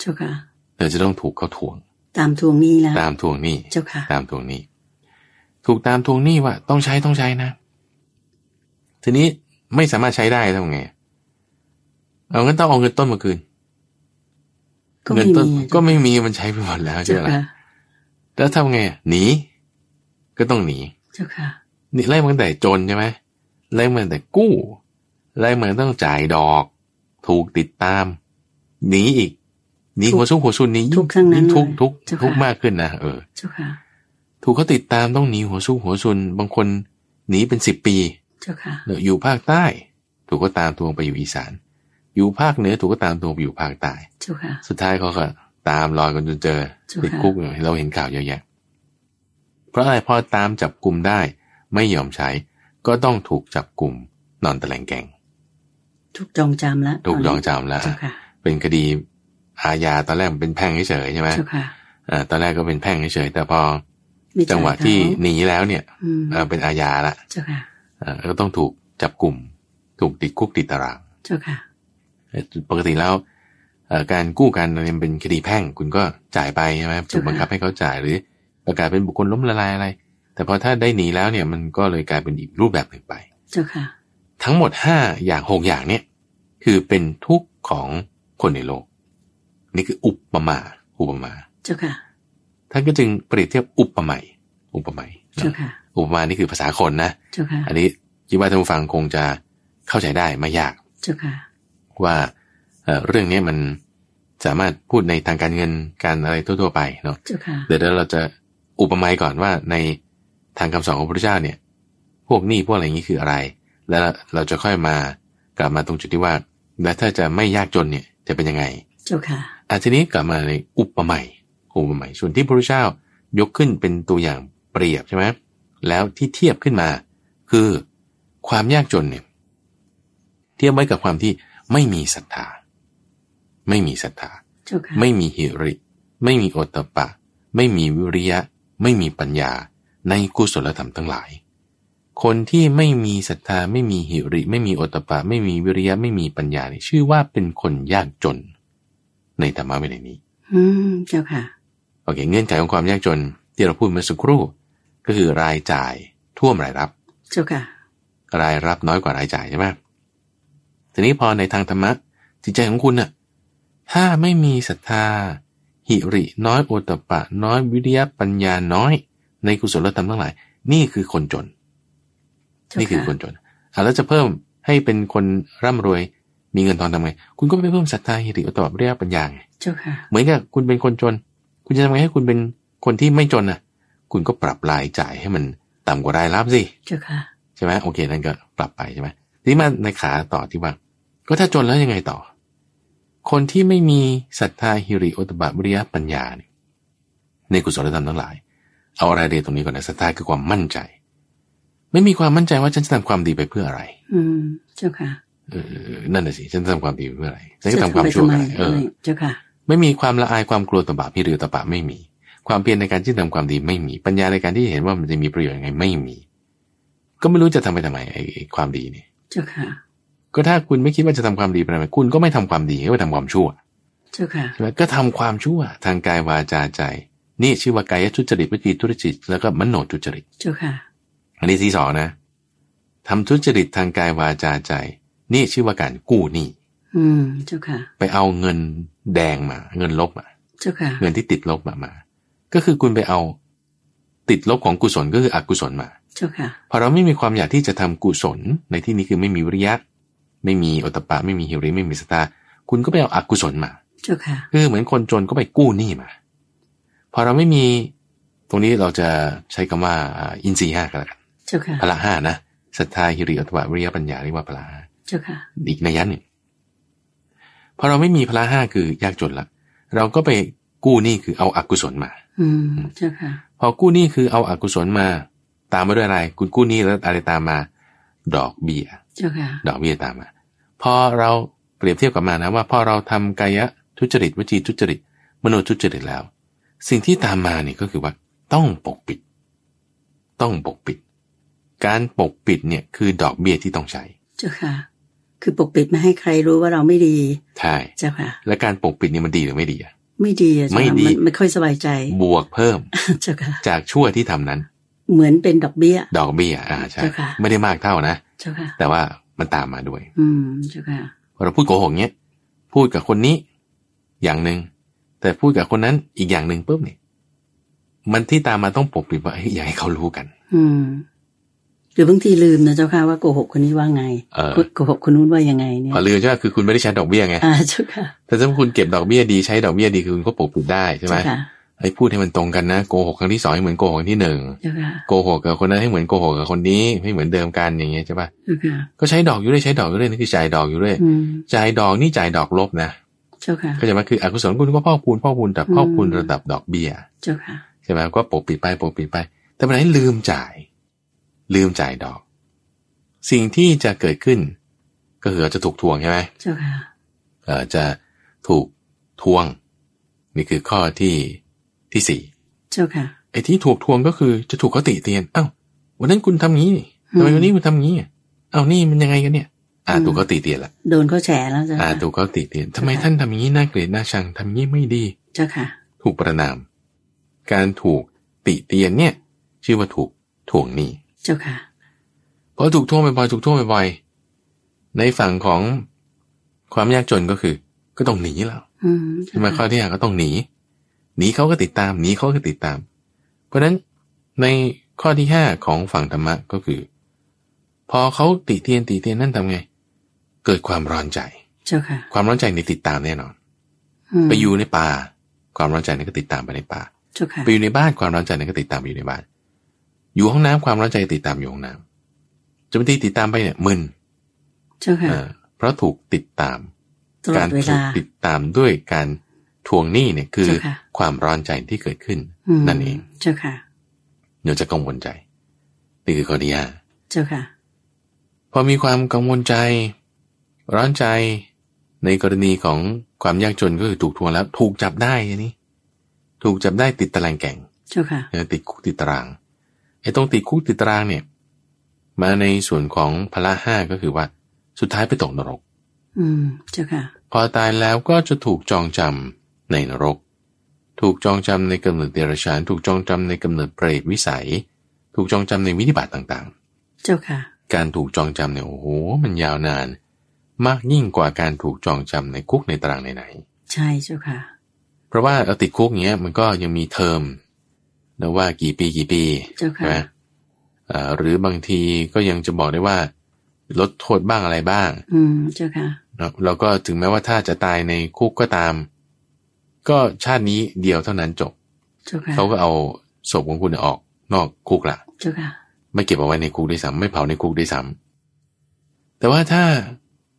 Speaker 1: เจ้าค่ะ
Speaker 2: เธอจะต้องถูกเขาทวง
Speaker 1: ตามทวงหนี้แล้ว
Speaker 2: ตามทวงหนี้
Speaker 1: เจ้าค่ะ
Speaker 2: ตามทวงหนี้ ถูกตามทวงหนี้ว่าต้องใช้ต้องใช้นะ ทีนี้ไม่สามารถใช้ได้ทำไงเอางั้นต้องเอาเงินต้นมาคืน
Speaker 1: ก็
Speaker 2: เงิ
Speaker 1: ไม่
Speaker 2: นต้น
Speaker 1: มีอะ
Speaker 2: ก็ไม่มีมันใช้ไปหมดแล้วใช่
Speaker 1: เจ้า
Speaker 2: ไหม
Speaker 1: ค่ะ
Speaker 2: ล่ะแล้วทำไงอะหนีก็ต้องหนี
Speaker 1: เจ้าค่ะ
Speaker 2: หนีไล่มาตั้งแต่จนใช่ไหมไล่มาตั้งแต่กู้ ไล่มาตั้งต้องจ่ายดอก ถูกติดตามหนีอีกหนี
Speaker 1: ทุก
Speaker 2: หัวซุกหัวซุนนี้ยิ่
Speaker 1: ทุกทั้งนั้น
Speaker 2: ยิ่ทุก
Speaker 1: เลย
Speaker 2: ทุก
Speaker 1: เจ้าค่ะ
Speaker 2: ทุกมากขึ้นนะเออ
Speaker 1: เจ้าค่ะ
Speaker 2: ถูกเขาติดตามต้องหนีหัวสู้หัวซุนบางคนหนีเป็นสิบปี
Speaker 1: เจ้าค่ะ
Speaker 2: อยู่ภาคใต้ ถูกก็ตามทวงไปอยู่อีสาน อยู่ภาคเหนือถูกก็ตามทวงไปอยู่ภาคใต้
Speaker 1: เจ้าค่ะ
Speaker 2: สุดท้ายเขาก็ตามรอยกันจนเจอ
Speaker 1: เจ้าค่ะ
Speaker 2: ติดคุกเนี่ยเราเห็นข่าวเยอะแยะเพราะอะไรพอตามจับกลุ่มได้ ไม่ยอมใช้ ก็ต้องถูกจับกลุ่มนอนตะแลงแกง
Speaker 1: ถูกจองจำแล้ว
Speaker 2: ถูก
Speaker 1: ตน
Speaker 2: ย
Speaker 1: นี้
Speaker 2: องจำแล้ว
Speaker 1: เจ้าค่ะ
Speaker 2: เป็นคดีอาญาตอนแรกมันเป็นแพ่งเฉยๆใช่ไหม
Speaker 1: เจ้าค่ะ
Speaker 2: อ่าตอนแรกก็เป็นแพ่งเฉยๆแต่พอ
Speaker 1: ไม่จ่าย
Speaker 2: จังหวะ
Speaker 1: เขา
Speaker 2: ที่หนีแล้วเนี่ย
Speaker 1: อืม
Speaker 2: อ่าเป็นอาญาละ
Speaker 1: เจ้าค่ะ
Speaker 2: เอ่อก็ต้องถูกจับกลุ่ม ถูกติดคุกติดตาราง
Speaker 1: เจ้าค่ะ
Speaker 2: เอ่อปกติแล้วเอ่อการกู้กันอะไรมันเป็นคดีแพ่งคุณก็จ่ายไปใช่ไหมถูกบังคับให้เขาจ่ายหรือประกาศเป็นบุคคลล้มละลายอะไร แต่พอถ้าได้หนีแล้วเนี่ยมันก็เลยกลายเป็นอีกรูปแบบหนึ่งไป
Speaker 1: เจ้าค่ะ
Speaker 2: ทั้งหมด 5 อย่าง6อย่างเนี่ยคือเป็นทุกข์ของคนในโลก นี่คืออุปมาอุปมา
Speaker 1: เจ้าค่ะ
Speaker 2: ท่านก็จึงเปรียบเทียบอุปไมยอุปไมย
Speaker 1: เจ้าค่ะ
Speaker 2: อุปมานี่คือภาษาคนนะ
Speaker 1: เจ้าค่ะ
Speaker 2: อันนี้คิดว่าท่านผู้ฟังคงจะเข้าใจได้ไม่ยาก
Speaker 1: เจ้าค่ะ
Speaker 2: ว่าเอ่อเรื่องนี้มันสามารถพูดในทางการเงินการอะไรทั่วๆไปเนาะ
Speaker 1: เจ้าค่ะ
Speaker 2: เดี๋ยวเดี๋ยวเราจะอุปมาก่อนว่าในทางคำสอนของพระพุทธเจ้าเนี่ย พวกหนี้พวกอะไรอย่างนี้คืออะไร แล้วเราจะค่อยมากลับมาตรงจุดที่ว่า แล้วถ้าจะไม่ยากจนเนี่ยจะเป็นยังไง
Speaker 1: เจ้าค่ะ
Speaker 2: อาทีนี้กลับมาในอุปมาอุปมาส่วนที่พระพุทธเจ้ายกขึ้นเป็นตัวอย่างเปรียบใช่ไหมแล้วที่เทียบขึ้นมา คือความยากจนเนี่ย เทียบไว้กับความที่ไม่มีศรัทธา ไม่มีศรัทธา
Speaker 1: เจ้าค่ะ
Speaker 2: ไม่มีหิริ ไม่มีโอตตปปะ ไม่มีวิริยะ ไม่มีปัญญา ในกุศลธรรมทั้งหลาย คนที่ไม่มีศรัทธา ไม่มีหิริ ไม่มีโอตตปปะ ไม่มีวิริยะ ไม่มีปัญญาเนี่ยชื่อว่าเป็นคนยากจน ในธรรมะไม่ได้นี้
Speaker 1: อืม เจ้าค่ะ
Speaker 2: โอเค เงื่อนไขของความยากจน ที่เราพูดเมื่อสักครู่ ก็คือรายจ่ายท่วมรายรับ
Speaker 1: เจ้าค่ะ
Speaker 2: รายรับน้อยกว่ารายจ่ายใช่ไหมทีนี้พอในทางธรรมะจิตใจของคุณน่ะ ถ้าไม่มีศรัทธา หิริน้อยโอตตปะ น้อยวิริยะปัญญาน้อย ในกุศลธรรมทั้งหลาย นี่คือคนจน
Speaker 1: เจ้าะ
Speaker 2: นี่คือคนจนอ่ะแล้วจะเพิ่มให้เป็นคนร่ำรวย มีเงินทองทำไง คุณก็ไปเพิ่มศรัทธาหิริโอตตปะวิริยะปัญญาไง
Speaker 1: เจ้าค่ะ
Speaker 2: เหมือนกับคุณเป็นคนจน คุณจะทำไงให้คุณเป็นคนที่ไม่จนน่ะ คุณก็ปรับรายจ่ายให้มันต่ำกว่ารายรับสิ
Speaker 1: เจ้าค่ะ
Speaker 2: ใช่ไหมโอเคนั่นก็ปรับไปใช่ไหมทีนี้มาในขาต่อที่ว่า ก็ถ้าจนแล้วยังไงต่อ คนที่ไม่มีศรัทธาหิริโอตบะวิริยะปัญญาเนี่ยในกุศลธรรมทั้งหลาย เอาอะไรายละเดียดตรงนี้ก่อนนะศรัทธาคือความมั่นใจ ไม่มีความมั่นใจว่าฉันจะทำความดีไปเพื่ออะไร
Speaker 1: อืม เจ้าค่ะ
Speaker 2: เออนั่นน่ะสิฉันจะทำความดีไปเพื่ออะไรฉันก็ทำความชั่ว
Speaker 1: จะทำ
Speaker 2: กัน
Speaker 1: ไป
Speaker 2: เอ
Speaker 1: ทำ
Speaker 2: อ
Speaker 1: ไมเจ้าค่ะ
Speaker 2: ไม่มีความละอายความกลัวต่อบาปพี่หรือต่อบาปไม่มี ความเพียรในการที่ทำความดีไม่มี ปัญญาในการที่เห็นว่ามันจะมีประโยชน์ยังไงไม่มี ก็ไม่รู้จะทำไปทำไมไอ้ไอ้ความดีเนี่ย
Speaker 1: เจ้าค่ะ
Speaker 2: ก็ถ้าคุณไม่คิดว่าจะทำความดีไปทำไมคุณก็ไม่ทำความดีก็ไปทำความชั่ว
Speaker 1: เจ้าค่ะ
Speaker 2: ใช่ไหมก็ทำความชั่วทางกายวาจาใจ นี่ชื่อว่ากายทุจริตวิจีทุจริตแล้วก็มโนทุจริต
Speaker 1: เจ้าค่ะ
Speaker 2: อันนี้ที่สองนะทำทุจริตทางกายวาจาใจ นี่ชื่อว่าการกู้หนี้
Speaker 1: อืม เจ้าค่ะ
Speaker 2: ไปเอาเงินแดงมา เงินลบมา
Speaker 1: เจ้าค่ะ
Speaker 2: เงินที่ติดลบมามา ก็คือคุณไปเอา ติดลบของกุศลก็คืออกุศลมา
Speaker 1: เจ้าค่ะ
Speaker 2: พอเราไม่มีความอยากที่จะทำกุศล ในที่นี้คือไม่มีวิริยะ ไม่มีโอตตปปะ ไม่มีหิริไม่มีสตาคุณก็ไปเอาอกุศลมา
Speaker 1: เจ้าค่ะ
Speaker 2: คือเหมือนคนจนก็ไปกู้หนี้มา พอเราไม่มีตรงนี้เราจะใช้คำว่าอ่าอินทรีย์ห้าก็แล้วกัน
Speaker 1: เจ้าค่ะ
Speaker 2: พละห้านะศรัทธาหิริอัตตปะวิริยะปัญญาเรียกว่าพละห้า
Speaker 1: เจ้าค่ะ
Speaker 2: อีกนัยยะหนึ่งพอเราไม่มีพละห้าคือยากจนละ เราก็ไปกู้หนี้คือเอาอกุศลมา
Speaker 1: อืม เจ้าค่ะ
Speaker 2: พอกู้หนี้คือเอาอกุศลมา ตามมาด้วยอะไร คุณกู้หนี้แล้วอะไรตามมา ดอกเบี้ย
Speaker 1: เจ้าค่ะ
Speaker 2: ดอกเบี้ยตามมา พอเราเปรียบเทียบกับมานะว่าพอเราทำกายทุจริตวจีทุจริต มโนทุจริตแล้ว สิ่งที่ตามมาเนี่ยก็คือว่า ต้องปกปิด ต้องปกปิด การปกปิดเนี่ยคือดอกเบี้ยที่ต้องใช้
Speaker 1: เจ้าค่ะ คือปกปิดไม่ให้ใครรู้ว่าเราไม่ดี
Speaker 2: ใช่
Speaker 1: เจ้าค่ะ
Speaker 2: และการปกปิดเนี่ยมันดีหรือไม่ดีอะ
Speaker 1: ไม่ดีอะ
Speaker 2: ไม่
Speaker 1: เจ้าค่ะ
Speaker 2: ดี
Speaker 1: นไม่ค่อยสบายใจ
Speaker 2: บวกเพิ่ม
Speaker 1: เจ้าค่ะ
Speaker 2: จากชั่วที่ทำนั้น
Speaker 1: เหมือนเป็นดอกเบี้ย
Speaker 2: ดอกเบี้ยอ่าใช่
Speaker 1: เจ้าค่ะ
Speaker 2: ไม่ได้มากเท่านะ
Speaker 1: เจ้าค่ะ
Speaker 2: แต่ว่ามันตามมาด้วย
Speaker 1: อืม เจ้าค่ะ
Speaker 2: เราพูดโกหกเนี้ยพูดกับคนนี้อย่างหนึ่งแต่พูดกับคนนั้นอีกอย่างหนึ่งปุ๊บเนี่ยมันที่ตามมาต้องปกปิดว่าเฮ้ยอย่าให้เขารู้กัน
Speaker 1: อืม หรือบางทีลืมนะเจ้าค่ะว่าโกหกคนนี้ว่าไง
Speaker 2: เออ
Speaker 1: โกหกคนนู้นว่ายังไงเนี่ย
Speaker 2: พอลืมใช่ไหมคือคุณไม่ได้ใช้ดอกเบี้ยไง
Speaker 1: อ่า เจ้าค่ะ
Speaker 2: แต่ถ้าคุณเก็บดอกเบี้ยดีใช้ดอกเบี้ยดีคือคุณก็ปกปิดได้ใช่ไหม
Speaker 1: เจ้าค่ะ
Speaker 2: ไอ้พูดให้มันตรงกันนะโกหกครั้งที่สองให้เหมือนโกหกครั้งที่หนึ่ง
Speaker 1: เจ้าค่ะ
Speaker 2: โกหกกับคนนั้นให้เหมือนโกหกกับคนนี้ไม่เหมือนเดิมกันอย่างเงี้ยใช่ปะ
Speaker 1: เจ้าค่ะ
Speaker 2: ก็ใช้ดอกอยู่เรื่อยใช้ดอกอยู่เรื่อยนี่คือจ่ายดอกอยู่เรื่อย
Speaker 1: อืม
Speaker 2: จ่ายดอกนี่จ่ายดอกลบนะ
Speaker 1: เจ้าค่ะ
Speaker 2: ก็จะมาคืออกุศลคุณก็พอกพูนพอกพูนแต่พอกพูนระดับดอกเบี้ย
Speaker 1: เจ้าค่ะ
Speaker 2: ใช่ไหมก็ปกปิดไปปกปิดไป แต่วันไหนลืมจ่าย ลืมจ่ายดอก สิ่งที่จะเกิดขึ้น ก็คือเราจะถูกทวงใช่ไหม
Speaker 1: เจ้าค่ะ
Speaker 2: เออจะถูกทวง นี่คือข้อที่ที่สี่
Speaker 1: เจ้าค่ะ
Speaker 2: ไอ้ที่ถูกทวงก็คือจะถูกเขาติเตียน เอ้าวันนั้นคุณทำงี้นี่ทำไม
Speaker 1: อืม
Speaker 2: วันนี้คุณทำงี้อ่ะเอ้านี่มันยังไงกันเนี่ย อ่า
Speaker 1: อืม
Speaker 2: ถูกเขาติเตียนละ
Speaker 1: โดนเขาแฉแล้วเจ้า
Speaker 2: อ่า
Speaker 1: ค่ะ
Speaker 2: ถูกเขาติเตียนทำไม
Speaker 1: ค่ะ
Speaker 2: ท่านทำอย่างนี้น่าเกลียดน่าชังทำอย่างนี้ไม่ดี
Speaker 1: เจ้าค่ะ
Speaker 2: ถูกประนาม การถูกติเตียนเนี่ย ชื่อว่าถูกทวงหนี้
Speaker 1: เจ้าค่ะ
Speaker 2: พอถูกท่วงบ่อยๆถูกท่วงบ่อยๆในฝั่งของความยากจนก็คือ ก็ต้องหนีแล้ว
Speaker 1: อืมเจ้า
Speaker 2: ใช่ไหมข้อ
Speaker 1: ค่ะ
Speaker 2: ที่ห้าก็ต้องหนี หนีเขาก็ติดตาม หนีเขาก็ติดตาม เพราะฉะนั้นในข้อที่ห้าของฝั่งธรรมะก็คือ พอเขาติเตียนติเตียนนั่นทำไง เกิดความร้อนใจ
Speaker 1: เจ้าค่ะ
Speaker 2: ความร้อนใจนี่ติดตามแน่นอน
Speaker 1: ม
Speaker 2: ไปอยู่ในป่า ความร้อนใจนี่ก็ติดตามไปในป่า
Speaker 1: เจ้าค่ะ
Speaker 2: ไปอยู่ในบ้านความร้อนใจเนี่ยก็ติดตามไปอยู่ในบ้าน อยู่ห้องน้ำความร้อนใจติดตามอยู่ห้องน้ำจนบางทีติดตามไปเนี่ยมึน
Speaker 1: เจ้าค่ะ
Speaker 2: เออเพราะถูกติดตาม
Speaker 1: ตลอ
Speaker 2: การ
Speaker 1: ดเว
Speaker 2: ถู
Speaker 1: ลา
Speaker 2: กติดตามด้วยการทวงหนี้เนี่ยคือ
Speaker 1: เจ้าค่ะ
Speaker 2: ความร้อนใจที่เกิดขึ้น
Speaker 1: ม
Speaker 2: นั่นเอง
Speaker 1: เจ้าค่ะ
Speaker 2: เดี๋ยวจะกังวลใจ นี่คือข้อที่ห้า
Speaker 1: เจ้าค่ะ
Speaker 2: พอมีความกังวลใจ ร้อนใจในกรณีของความยากจนก็คือถูกทวงแล้ว ถูกจับได้อันนี้ ถูกจับได้ติดตารางแก่ง
Speaker 1: เจ้าค่ะ
Speaker 2: เออติดคุกติดตารางไอ้ตรงติดคุกติดตารางเนี่ย มาในส่วนของพละห้าก็คือว่าสุดท้ายไปตกนรก
Speaker 1: อืม เจ้าค่ะ
Speaker 2: พอตายแล้วก็จะถูกจองจำในนรก ถูกจองจำในกำเนิดเดรัจฉาน ถูกจองจำในกำเนิดเปรตวิสัย ถูกจองจำในวิธิบาตต่าง
Speaker 1: เจ้าค่ะ
Speaker 2: ๆ การถูกจองจำเนี่ยโอ้โหมันยาวนาน มากยิ่งกว่าการถูกจองจำในคุกในตารางไหน
Speaker 1: ใช่เจ้าค่ะ
Speaker 2: เพราะว่าเอาติดคุกอย่างเงี้ยมันก็ยังมีเทอมนะว่ากี่ปีกี่ปี
Speaker 1: เจ้าค่ะ
Speaker 2: ใช่ไหมเอ่อหรือบางทีก็ยังจะบอกได้ว่า ลดโทษบ้างอะไรบ้าง
Speaker 1: อืมเจ้าค่ะ
Speaker 2: เนาะแล้วก็ถึงแม้ว่าถ้าจะตายในคุกก็ตาม ก็ชาตินี้เดียวเท่านั้นจบ
Speaker 1: เจ้าค่ะ
Speaker 2: เขาก็เอาศพของคุณออกนอกคุกละ
Speaker 1: เจ้าค่ะ
Speaker 2: ไม่เก็บเอาไว้ในคุกด้วยซ้ำไม่เผาในคุกด้วยซ้ำแต่ว่าถ้า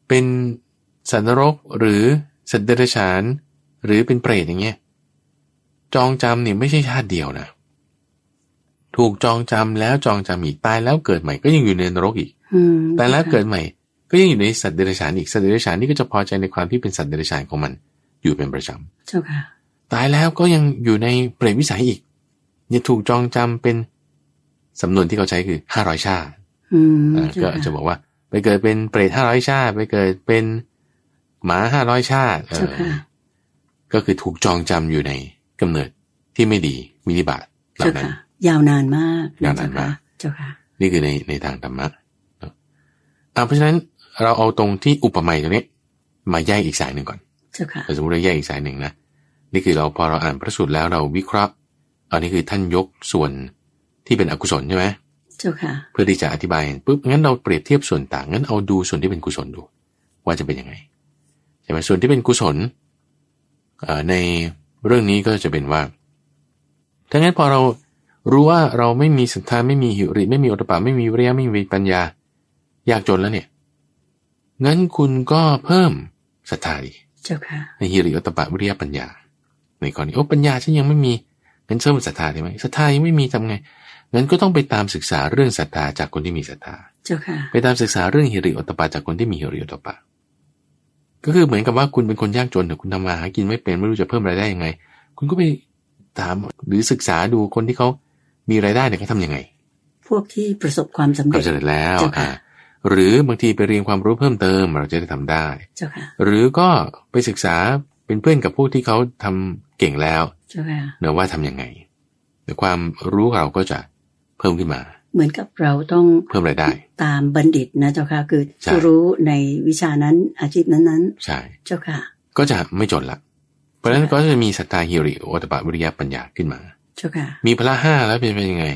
Speaker 2: เป็นสัตว์นรกหรือสัตว์เดรัจฉาน หรือเป็นเปรตอย่างเงี้ยจองจำเนี่ยไม่ใช่ชาติเดียวนะถูกจองจำแล้วจองจำอีกตายแล้วเกิดใหม่ก็ยังอยู่ในนรกอีก
Speaker 1: อืม
Speaker 2: แต่แล้ว
Speaker 1: จ้าค่ะ
Speaker 2: เกิดใหม่ ก็ยังอยู่ในสัตว์เดรัจฉานอีกสัตว์เดรัจฉานนี่ก็จะพอใจในความที่เป็นสัตว์เดรัจฉานของมัน อยู่เป็นประจำ
Speaker 1: เจ้าค่ะ
Speaker 2: ตายแล้วก็ยังอยู่ในเปรตวิสัยอีกยังถูกจองจำเป็นสำนวนที่เขาใช้คือห้าร้อยชาติ
Speaker 1: อืม
Speaker 2: อ่า
Speaker 1: เจ้า
Speaker 2: ก็
Speaker 1: ค่ะ
Speaker 2: จะบอกว่า ไปเกิดเป็นเปรตห้าร้อยชาติ ไปเกิดเป็นหมาห้าร้อยชาติเอ
Speaker 1: เจ้า
Speaker 2: อ
Speaker 1: ค่ะ
Speaker 2: ก็คือถูกจองจำอยู่ในกำเนิดที่ไม่ดีมินิบาตเหล่า
Speaker 1: เจ้า
Speaker 2: นั้น
Speaker 1: ค่ะ ยาวนานมาก
Speaker 2: ยาวนานมาก
Speaker 1: เจ้าค่ะ
Speaker 2: นี่คือในในทางธรรมะเนอะอ่าเพราะฉะนั้นเราเอาตรงที่อุปมาตรงนี้มาแยกอีกสายหนึ่งก่อน
Speaker 1: เจ้าค่ะ
Speaker 2: แต่สมมติเราแยกอีกสายหนึ่งนะนี่คือเราพอเราอ่านพระสูตรแล้วเราวิเคราะห์ อันนี้คือท่านยกส่วนที่เป็นอกุศลใช่ไหม
Speaker 1: เจ้าค่ะ
Speaker 2: เพื่อที่จะอธิบายปุ๊บงั้นเราเปรียบเทียบส่วนต่างงั้นเอาดูส่วนที่เป็นกุศลดู ว่าจะเป็นยังไงใช่ไหมส่วนที่เป็นกุศลเอ่อในเรื่องนี้ก็จะเป็นว่าถ้างั้นพอเรารู้ว่าเราไม่มีศรัทธาไม่มีหิริไม่มีอตตปะไม่มีวิริยะไม่มีปัญญายากจนแล้วเนี่ยงั้นคุณก็เพิ่มศรัทธาดี
Speaker 1: เจ้าค่ะ
Speaker 2: ในฮิริโอตปะวิริยปัญญา ในกรณีโอ้ปัญญาฉันยังไม่มีงั้นเชื่อมศรัทธาได้ไหมศรัทธายังไม่มีทำไงงั้นก็ต้องไปตามศึกษาเรื่องศรัทธาจากคนที่มีศรัทธา
Speaker 1: เจ้าค่ะ
Speaker 2: ไปตามศึกษาเรื่องฮิริโอตปะจากคนที่มีฮิริโอตปะ ก็คือเหมือนกับว่าคุณเป็นคนยากจนแต่คุณทำมาหากินไม่เป็นไม่รู้จะเพิ่มรายได้ยังไง คุณก็ไปถามหรือศึกษาดูคนที่เขามีรายได้เนี่ยเขาทำยังไง
Speaker 1: พวกที่ประสบความสำ
Speaker 2: ก็
Speaker 1: เร็จ
Speaker 2: จะเสร็จแล้ว
Speaker 1: เจ้าค่ะ
Speaker 2: อ่าหรือบางทีไปเรียนความรู้เพิ่มเติมเราจะได้ทำได้
Speaker 1: เจ้าค่ะ
Speaker 2: หรือก็ไปศึกษาเป็นเพื่อนกับผู้ที่เขาทำเก่งแล้ว
Speaker 1: เจ้าค่ะ
Speaker 2: เนะว่าทำยังไงหรือความรู้เราก็จะเพิ่มขึ้นมา
Speaker 1: เหมือนกับเราต้อง
Speaker 2: เพิ่มรายได้
Speaker 1: ตามบัณฑิตนะเจ้าค่ะ คือ
Speaker 2: ใช่
Speaker 1: ผู้รู้ในวิชานั้นอาชีพนั้น
Speaker 2: ใช่
Speaker 1: ๆ เจ้าค่ะ
Speaker 2: ก็จะไม่จนละ เพราะฉะนั้นก็จะมีศรัทธาฮิริโอตปะวิริยะปัญญาขึ้นมา
Speaker 1: เจ้าค่ะ
Speaker 2: มีพละห้าแล้วเป็นเป็นยังไง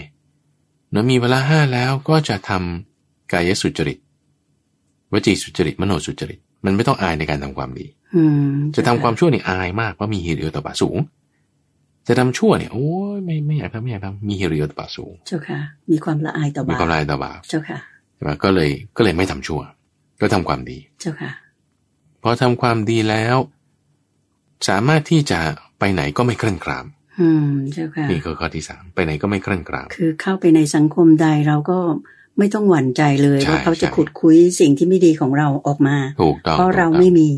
Speaker 2: เนาะมีพละห้าแล้วก็จะทำกายสุจริตวจีสุจริตมโนสุจริต มันไม่ต้องอายในการทำความดี
Speaker 1: อืม
Speaker 2: จะ
Speaker 1: เค่
Speaker 2: ทำความชั่วเนี่ยอายมากเพราะมีฮิริโอตปะสูง จะทำชั่วเนี่ยโอ้ยไม่ไม่อยากทำไม่อยากทำมีฮิริโอตปะสูง
Speaker 1: เจ้าค่ะ มีความละอายต่อ
Speaker 2: มี
Speaker 1: บาป
Speaker 2: ความลายต่อบาป
Speaker 1: เจ้าค่ะ
Speaker 2: ใช่ไหมก็เลยก็เลยไม่ทำชั่ว ก็ทำความดี
Speaker 1: เจ้าค่ะ
Speaker 2: พอทำความดีแล้ว สามารถที่จะไปไหนก็ไม่เคร่นกราม
Speaker 1: อืมเจ้าค่ะ
Speaker 2: นี่คือข้อที่สามไปไหนก็ไม่เคร่นกราม
Speaker 1: คือเข้าไปในสังคมใดเราก็ไม่ต้องหวั่นใจเลย
Speaker 2: ใช่
Speaker 1: ว่าเขาจะ
Speaker 2: ใช่
Speaker 1: ขุดคุยสิ่งที่ไม่ดีของเราออกมา
Speaker 2: ถูกต้อง
Speaker 1: เพราะเรา
Speaker 2: ถูกต้อง
Speaker 1: ไม่มี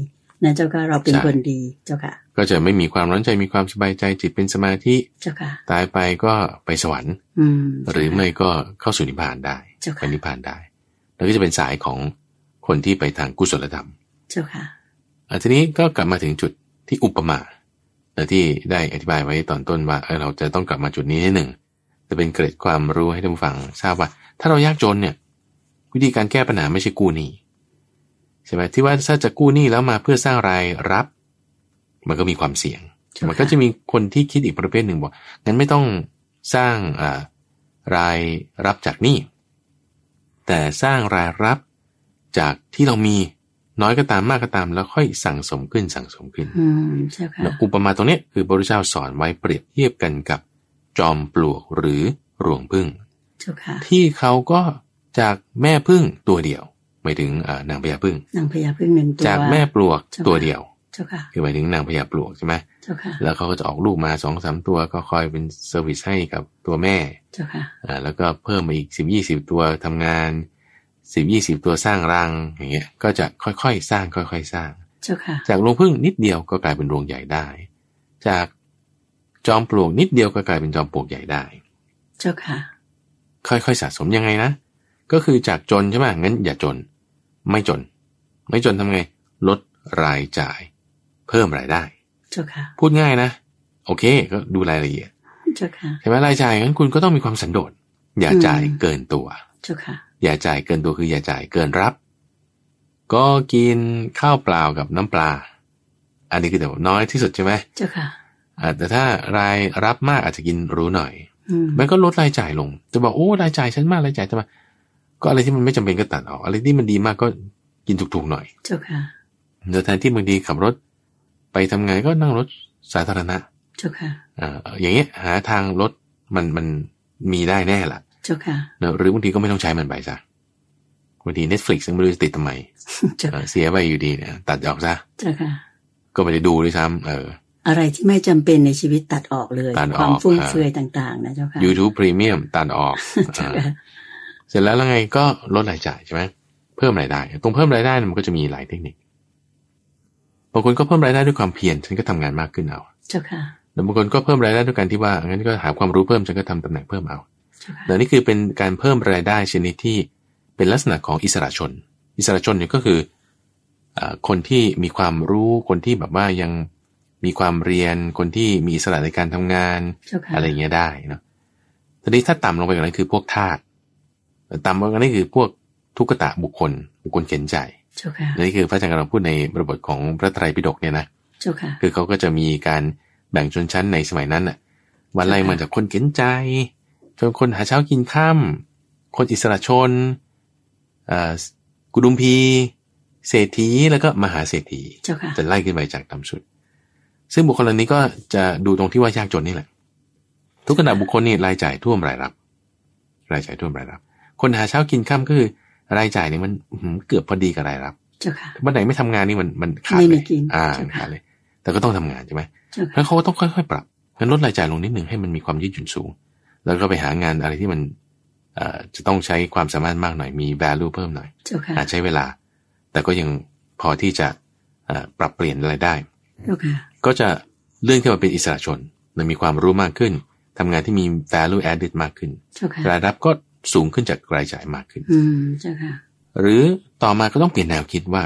Speaker 1: นะเจ้าค่ะเราเป็น
Speaker 2: ใช่
Speaker 1: คนดีเจ้าค่ะ
Speaker 2: ก็จะไม่มีความร้อนใจมีความสบายใจจิตเป็นสมาธิ
Speaker 1: เจ้าค่ะ
Speaker 2: ตายไปก็ไปสวรรค์
Speaker 1: อืม
Speaker 2: หรือ
Speaker 1: เจ้าค่ะ
Speaker 2: ไม่ก็เข้าสู่นิพพานได้
Speaker 1: เจ้าค่ะ
Speaker 2: ไปนิพพานได้ แล้วก็จะเป็นสายของคนที่ไปทางกุศลธรรม
Speaker 1: เจ้าค่ะ
Speaker 2: อะทีนี้ก็กลับมาถึงจุดที่อุปมาแต่ที่ได้อธิบายไว้ตอนต้นว่าเออเราจะต้องกลับมาจุดนี้นิดหนึ่งจะเป็นเกร็ดความรู้ให้ท่านผู้ฟังทราบว่า ถ้าเรายากจนเนี่ย วิธีการแก้ปัญหาไม่ใช่กู้หนี้ใช่ไหมที่ว่าถ้าจะกู้หนี้แล้วมาเพื่อสร้างรายรับ มันก็มีความเสี่ยง
Speaker 1: เจ้าค่ะ
Speaker 2: มันก็จะมีคนที่คิดอีกประเภทหนึ่งบอกงั้นไม่ต้องสร้างอ่ารายรับจากหนี้แต่สร้างรายรับจากที่เรามีน้อยก็ตามมากก็ตาม แล้วค่อยสั่งสมขึ้นสั่งสมขึ้น
Speaker 1: อืมเจ้าค่ะ
Speaker 2: แล้วอุปมาตรงเนี้ยคือพระพุทธเจ้าสอนไว้เปรียบเทียบกันกับจอมปลวกหรือรวงพึ่ง
Speaker 1: เจ้าค่ะ
Speaker 2: ที่เขาก็จากแม่พึ่งตัวเดียวหมายถึงอ่านางพญาพึ่ง
Speaker 1: นางพญาพึ่งหนึ่งตัว
Speaker 2: จากแม่ปลวก
Speaker 1: เจ้าค่ะ
Speaker 2: ตัวเดียว
Speaker 1: เจ้าค่ะ
Speaker 2: คือหมายถึงนางพญาปลวกใช่ไหม
Speaker 1: เจ้าค่ะ
Speaker 2: แล้วเขาก็จะออกลูกมาสองสามตัวก็คอยเป็นเซอร์วิสให้กับตัวแม่
Speaker 1: เจ้าค่ะ
Speaker 2: อ่าแล้วก็เพิ่มมาอีกสิบยี่สิบตัวทำงานสิบยี่สิบตัวสร้างรังอย่างเงี้ยก็จะค่อยๆสร้างค่อย ๆ สร้าง
Speaker 1: เจ้าค่ะ
Speaker 2: จากรวงพึ่งนิดเดียวก็กลายเป็นรวงใหญ่ได้ จากจอมปลวกนิดเดียวก็กลายเป็นจอมปลวกใหญ่ได้
Speaker 1: เจ้าค่ะ
Speaker 2: ค่อยๆสะสมยังไงนะ ก็คือจากจนใช่ไหมงั้นอย่าจน ไม่จน ไม่จนทำไง ลดรายจ่าย เพิ่มรายได้
Speaker 1: เจ้าค่ะ
Speaker 2: พูดง่ายนะ โอเค ก็ดูรายละเอียด
Speaker 1: เจ้าค่ะ
Speaker 2: ใช่ไหมรายจ่ายงั้นคุณก็ต้องมีความสันโดษอย่าจ่ายเกินตัว
Speaker 1: เจ้าค่ะ
Speaker 2: อย่าจ่ายเกินตัวคืออย่าจ่ายเกินรับ ก็กินข้าวเปล่ากับน้ำปลา อันนี้คือแต่ว่าน้อยที่สุดใช่ไหม
Speaker 1: เจ้าค่ะ
Speaker 2: อ่าแต่ถ้ารายรับมากอาจจะกินหรู้หน่อย
Speaker 1: อืม
Speaker 2: มันก็ลดรายจ่ายลง จะบอกโอ้รายจ่ายฉันมากรายจ่ายทำไมก็อะไรที่มันไม่จำเป็นก็ตัดออก อะไรที่มันดีมากก็กินถูกๆหน่อย
Speaker 1: เจ้าค่ะ
Speaker 2: โดยแทนที่บางทีขับรถไปทำงานก็นั่งรถสาธารณะ
Speaker 1: เจ้าค่ะ
Speaker 2: อ่าอย่างเงี้ยหาทางรถมันมันมีได้แน่ละ
Speaker 1: เจ้าค่ะ
Speaker 2: เนอะหรือบางทีก็ไม่ต้องใช้มันไปซะบางที Netflix ยังไม่รู้จะติดทำไม
Speaker 1: เจ้า
Speaker 2: เอ
Speaker 1: ค่ะ
Speaker 2: อเสียไปอยู่ดีเนี่ยตัดออกซะ
Speaker 1: เจ้าค่ะ
Speaker 2: ก็ไม่ได้ดูด้วยซ้ำเออ
Speaker 1: อะไรที่ไม่จำเป็นในชีวิตตัดออกเลย
Speaker 2: ตัดออก
Speaker 1: ความฟุ่ม
Speaker 2: ครับ
Speaker 1: เฟือยต่าง ๆ นะเจ้าค่ะ
Speaker 2: YouTube Premium ตัดออก
Speaker 1: เจ้า
Speaker 2: อ่า
Speaker 1: ค่ะ
Speaker 2: เสร็จแล้วแล้วไงก็ลดรายจ่ายใช่ไหมเพิ่มรายได้ ตรงเพิ่มรายได้เนี่ยมันก็จะมีหลายเทคนิคบางคนก็เพิ่มรายได้ด้วยความเพียรฉันก็ทำงานมากขึ้นเอา
Speaker 1: เจ้าค่ะ
Speaker 2: แล้วบางคนก็เพิ่มรายได้ด้วยการที่ว่างั้นก็หาความรู้เพิ่มฉันก็ทำตำแหน่งเพิ่มเอา
Speaker 1: เจ้าค่ะ
Speaker 2: แต่นี่คือเป็นการเพิ่มรายได้ชนิดที่เป็นลักษณะของอิสระชน อิสระชนเนี่ยก็คือเอ่อคนที่มีความรู้คนที่แบบว่ายังมีความเรียนคนที่มีอิสระในการทำงาน
Speaker 1: เจ้าค่ะ
Speaker 2: อะไรอย่างเงี้ยได้เนาะ ทีนี้ถ้าต่ำลงไปกว่านั้นคือพวกทาสต่ำลงกว่านั้นคือพวกทุกตะบุคคล บุคคลเข็นใจ
Speaker 1: เจ้าค่ะ
Speaker 2: อันนี่คือพระอาจารย์กำลังพูดในบริบทของพระไตรปิฎกเนี่ยนะ
Speaker 1: เจ้าค่ะ
Speaker 2: คือเขาก็จะมีการแบ่งชนชั้นในสมัยนั้นน่ะวันไล่มาจากคนเข็นใจ จนคนหาเช้ากินข้าคนอิสระชนเอ่อกุดุมพี เศรษฐี แล้วก็มหาเศรษฐี
Speaker 1: เจ้าค่ะ
Speaker 2: จะไล่ขึ้นไปจากต่ำสุด ซึ่งบุคคลเหล่านี้ก็จะดูตรงที่ว่ายากจนนี่แหละ ทุกขณะบุคคลนี่รายจ่ายท่วมรายรับ รายจ่ายท่วมรายรับ คนหาเช้ากินข้าก็คือ รายจ่ายเนี่ยมันอื้อหือเกือบพอดีกับรายรับ
Speaker 1: เจ้าค่ะ
Speaker 2: วันไหนไม่ทำงานนี่มันมันขาด
Speaker 1: ไม่
Speaker 2: เล
Speaker 1: มี
Speaker 2: ย
Speaker 1: กิน
Speaker 2: อ่า
Speaker 1: ใช่ค่ะ
Speaker 2: ขาดเลย แต่ก็ต้องทำงานใช่ไหม
Speaker 1: เจ้า
Speaker 2: เพ
Speaker 1: ค่ะ
Speaker 2: ราะเขาก็ต้องค่อยๆปรับงั้นลดรายจ่ายลงนิดหนึ่งให้มันมีความยืดหยุ่นสูง แล้วก็ไปหางานอะไรที่มันเอ่อจะต้องใช้ความสามารถมากหน่อยมี value เพิ่มหน่อย
Speaker 1: เจ้าค่ะ
Speaker 2: อาจใช้เวลา แต่ก็ยังพอที่จะเอ่อปรับเปลี่ยนอะไรได้
Speaker 1: เจ้าค่ะ
Speaker 2: ก็จะเลื่อนขึ้นมาเป็นอิสระชนมันมีความรู้มากขึ้นทำงานที่มี value added มากขึ้น
Speaker 1: เจ้าค่ะ
Speaker 2: รายรับก็สูงขึ้นจากรายจ่ายมากขึ้น
Speaker 1: อืม เจ้าค่ะ
Speaker 2: หรือต่อมาก็ต้องเปลี่ยนแนวคิดว่า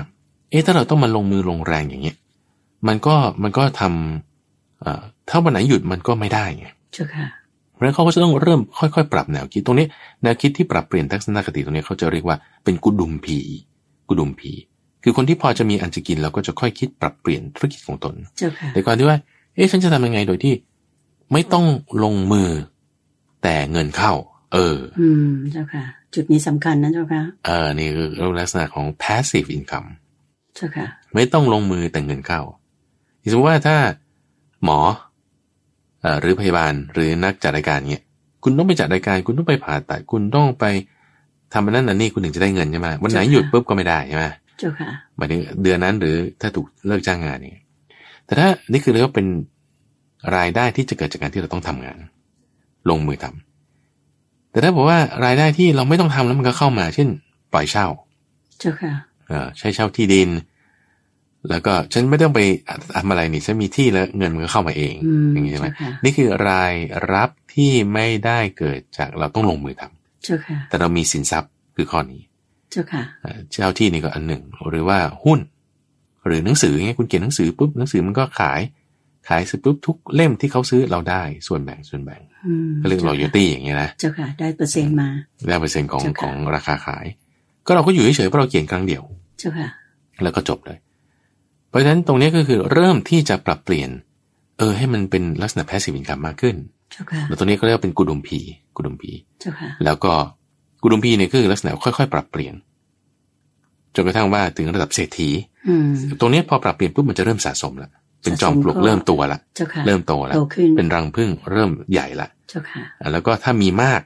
Speaker 2: เอ๊ะถ้าเราต้องมาลงมือลงแรงอย่างเงี้ย มันก็มันก็ทำเอ่อถ้าวันไหนหยุดมันก็ไม่ได้ไง
Speaker 1: เจ้าค่ะ
Speaker 2: เพราะฉะนั้นเขาก็จะต้องเริ่มค่อยๆ ปรับแนวคิดตรงนี้แนวคิดที่ปรับเปลี่ยนทัศนคติตรงนี้เขาจะเรียกว่าเป็นกุดุมพีกุดุมพีคือคนที่พอจะมีอันจะกินเราก็จะค่อยคิดปรับเปลี่ยนธุรกิจของตน
Speaker 1: เจ้าค่ะ
Speaker 2: แต่ก่อนที่ว่า เอ๊ะฉันจะทำยังไงโดยที่ ไม่ต้องลงมือ แต่เงินเข้า เออ
Speaker 1: อืม เจ้าค่ะ จุดนี้สำคัญนะเจ้าค่ะ
Speaker 2: เออนี่คือลักษณะของ passive income
Speaker 1: เจ้าค่ะ
Speaker 2: ไม่ต้องลงมือแต่เงินเข้าสมมติว่าถ้าหมอเอ่อหรือพยาบาลหรือนักจัดรายการเงี้ย คุณต้องไปจัดรายการ คุณต้องไปผ่าตัด คุณต้องไปทำอันนั้นอันนี้คุณถึงจะได้เงินใช่ไหมวันไหนหยุดปุ๊บก็ไม่ได้ใช่ไหม
Speaker 1: เจ้าค่ะ
Speaker 2: หมายถึงเดือนนั้นหรือถ้าถูกเลิกจ้างงานเนี่ยแต่ถ้านี่คือเรียกว่าเป็นรายได้ที่จะเกิดจากการที่เราต้องทำงาน ลงมือทำแต่ถ้าบอกว่ารายได้ที่เราไม่ต้องทำแล้วมันก็เข้ามา เช่น ปล่อยเช่า
Speaker 1: เจ้าค่ะ
Speaker 2: เอ่อใช้เช่าที่ดิน แล้วก็ฉันไม่ต้องไปทำอะไรนี่ฉันมีที่แล้วเงินมันก็เข้ามาเอง
Speaker 1: อืม
Speaker 2: อย่างนี้ใช่ไหม
Speaker 1: เจ้าค่ะ
Speaker 2: นี่คือรายรับที่ไม่ได้เกิดจากเราต้องลงมือทำ
Speaker 1: เจ้าค่ะ
Speaker 2: แต่เรามีสินทรัพย์คือข้อนี้
Speaker 1: เจ้าค่ะ
Speaker 2: เอ่อเช่าที่นี่ก็อันหนึ่ง หรือว่าหุ้น หรือหนังสืออย่างเงี้ยคุณเขียนหนังสือปุ๊บหนังสือมันก็ขาย ขายเสร็จปุ๊บทุกเล่มที่เขาซื้อเราได้ส่วนแบ่งส่วนแบ่ง
Speaker 1: อืม
Speaker 2: ก็เรียกรอยตี้อย่างเงี้ยนะ
Speaker 1: เจ้าค่ะ ได้เปอร์เซ็นต์มา
Speaker 2: ได้เปอร์เซ็นต์ของ
Speaker 1: เจ้าค่ะ
Speaker 2: ของราคาขาย ก็เราก็อยู่เฉยๆเพราะเราเขียนครั้งเดียว
Speaker 1: เจ้าค่ะ
Speaker 2: แล้วก็จบเลย เพราะฉะนั้นตรงนี้ก็คือเริ่มที่จะปรับเปลี่ยน เออให้มันเป็นลักษณะแพสซีฟอินคัมมากขึ้น
Speaker 1: เจ้าค่ะ
Speaker 2: แล้วตรงนี้ก็เรียกว่าเป็นกุดุมพีกุดุมพี
Speaker 1: เจ้าค่ะ
Speaker 2: แล้วก็กุดุมพีเนี่ยก็คือลักษณะค่อยๆ ปรับเปลี่ยน จนกระทั่งว่าถึงระดับเศรษฐี
Speaker 1: อืม
Speaker 2: ตรงนี้พอปรับเปลี่ยนปุ๊บมันจะเริ่มสะสมละเป็นจอมปลวก
Speaker 1: สะสมก็
Speaker 2: เริ่มตัวละ
Speaker 1: เจ้าค่ะ
Speaker 2: เริ่มโตละ
Speaker 1: โตขึ้น
Speaker 2: เป็นรังผึ้งเริ่มใหญ่ละ
Speaker 1: เจ้าค่ะ
Speaker 2: อ่ะแล้วก็ถ้ามีมาก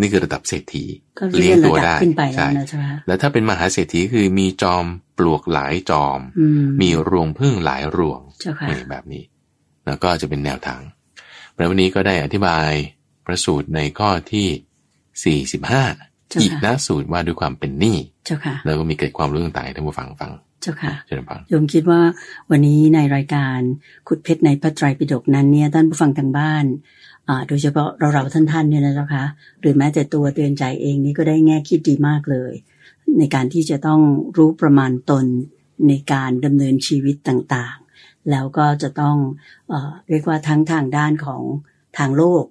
Speaker 2: นี่คือระดับเศรษฐี
Speaker 1: ก็เลื่อนระดับขึ้นไปแล้
Speaker 2: ใช่
Speaker 1: วนะเจ้าค่ะ
Speaker 2: แล้วถ้าเป็นมหาเศรษฐีคือมีจอมปลวกหลายจอม
Speaker 1: อืม
Speaker 2: มีรวงพึ่งหลายรวง
Speaker 1: เจ้าค่ะ
Speaker 2: นี่แบบนี้ แล้วก็จะเป็นแนวทางแล้ววันนี้ก็ได้อธิบายประสูตรในข้อที่
Speaker 1: เจ้า
Speaker 2: 45
Speaker 1: ค่ะ
Speaker 2: อีกนะสูตรว่าด้วยความเป็นหนี้
Speaker 1: เจ้าค่ะ
Speaker 2: แล้วก็มีเกิดความรู้ต่างๆให้ท่านผู้ฟังฟัง
Speaker 1: เจ้าค่ะ
Speaker 2: เชิญฟัง
Speaker 1: โยมคิดว่าวันนี้ในรายการขุดเพชรในพระไตรปิฎกนั้นเนี่ยท่านผู้ฟังทางบ้านอ่าโดยเฉพาะเราเราๆท่านๆเนี่ยนะเจ้าคะหรือแม้แต่ตัวเตือนใจเองนี่ก็ได้แง่คิดดีมากเลย ในการที่จะต้องรู้ประมาณตนในการดำเนินชีวิตต่างๆ แล้วก็จะต้องเออเรียกว่าทั้งทางด้านของทางโลก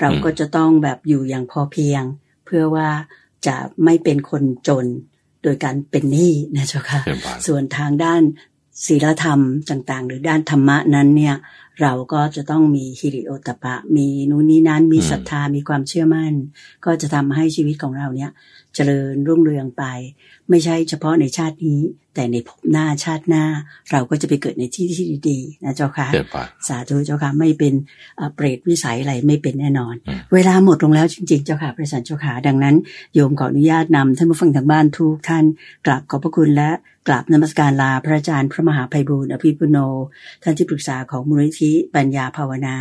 Speaker 1: เราก็จะต้องแบบอยู่อย่างพอเพียง เพื่อว่าจะไม่เป็นคนจนโดยการเป็นหนี้นะเจ้าค่ะ
Speaker 2: เชิญฟัง
Speaker 1: ส่วนทางด้าน ศีลธรรมต่าง ๆ หรือด้านธรรมะนั้นเนี่ยเราก็จะต้องมีฮิริโอตปปะ มีนู่นนี่นั้นมี
Speaker 2: อืม
Speaker 1: ศรัทธามีความเชื่อมั่น ก็จะทำให้ชีวิตของเราเนี่ย เจริญรุ่งเรืองไป ไม่ใช่เฉพาะในชาตินี้ แต่ในภพหน้าชาติหน้า เราก็จะไปเกิดในที่ที่ดีๆนะเจ้าค่ะ
Speaker 2: เดี๋ยวปะ
Speaker 1: สาธุเจ้าค่ะไม่เป็นเอ่อเปรตวิสัยอะไรไม่เป็นแน่นอน
Speaker 2: อืม
Speaker 1: เวลาหมดลงแล้วจริงๆ เจ้าค่ะพระสันเจ้าค่ะดังนั้นโยมขออนุญาตนำท่านผู้ฟังทางบ้านทุกท่านกราบขอบพระคุณและกราบนมัสการลาพระอาจารย์พระมหาไพบูลย์อภิปุโน ท่านที่ปรึกษาของมูลนิธิปัญญาภาวนา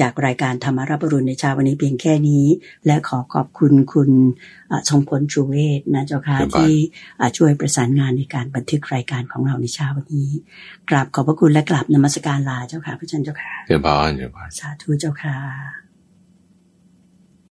Speaker 1: จากรายการธรรมารับอรุณในเช้าวันนี้เพียงแค่นี้ และขอขอบคุณคุณเอ่อทรงพลชูเวศนะเจ้าค่ะที่เอ่อช่วยประสานงานในการบันทึกรายการของเราในเช้าวันนี้ กราบขอบพระคุณและกราบนมัสการลาเจ้าค่ะพระอาจารย์เจ้าค่ะ
Speaker 2: เดี๋ยวปอนเดี๋ยวปอน
Speaker 1: สาธุเจ้าค่ะ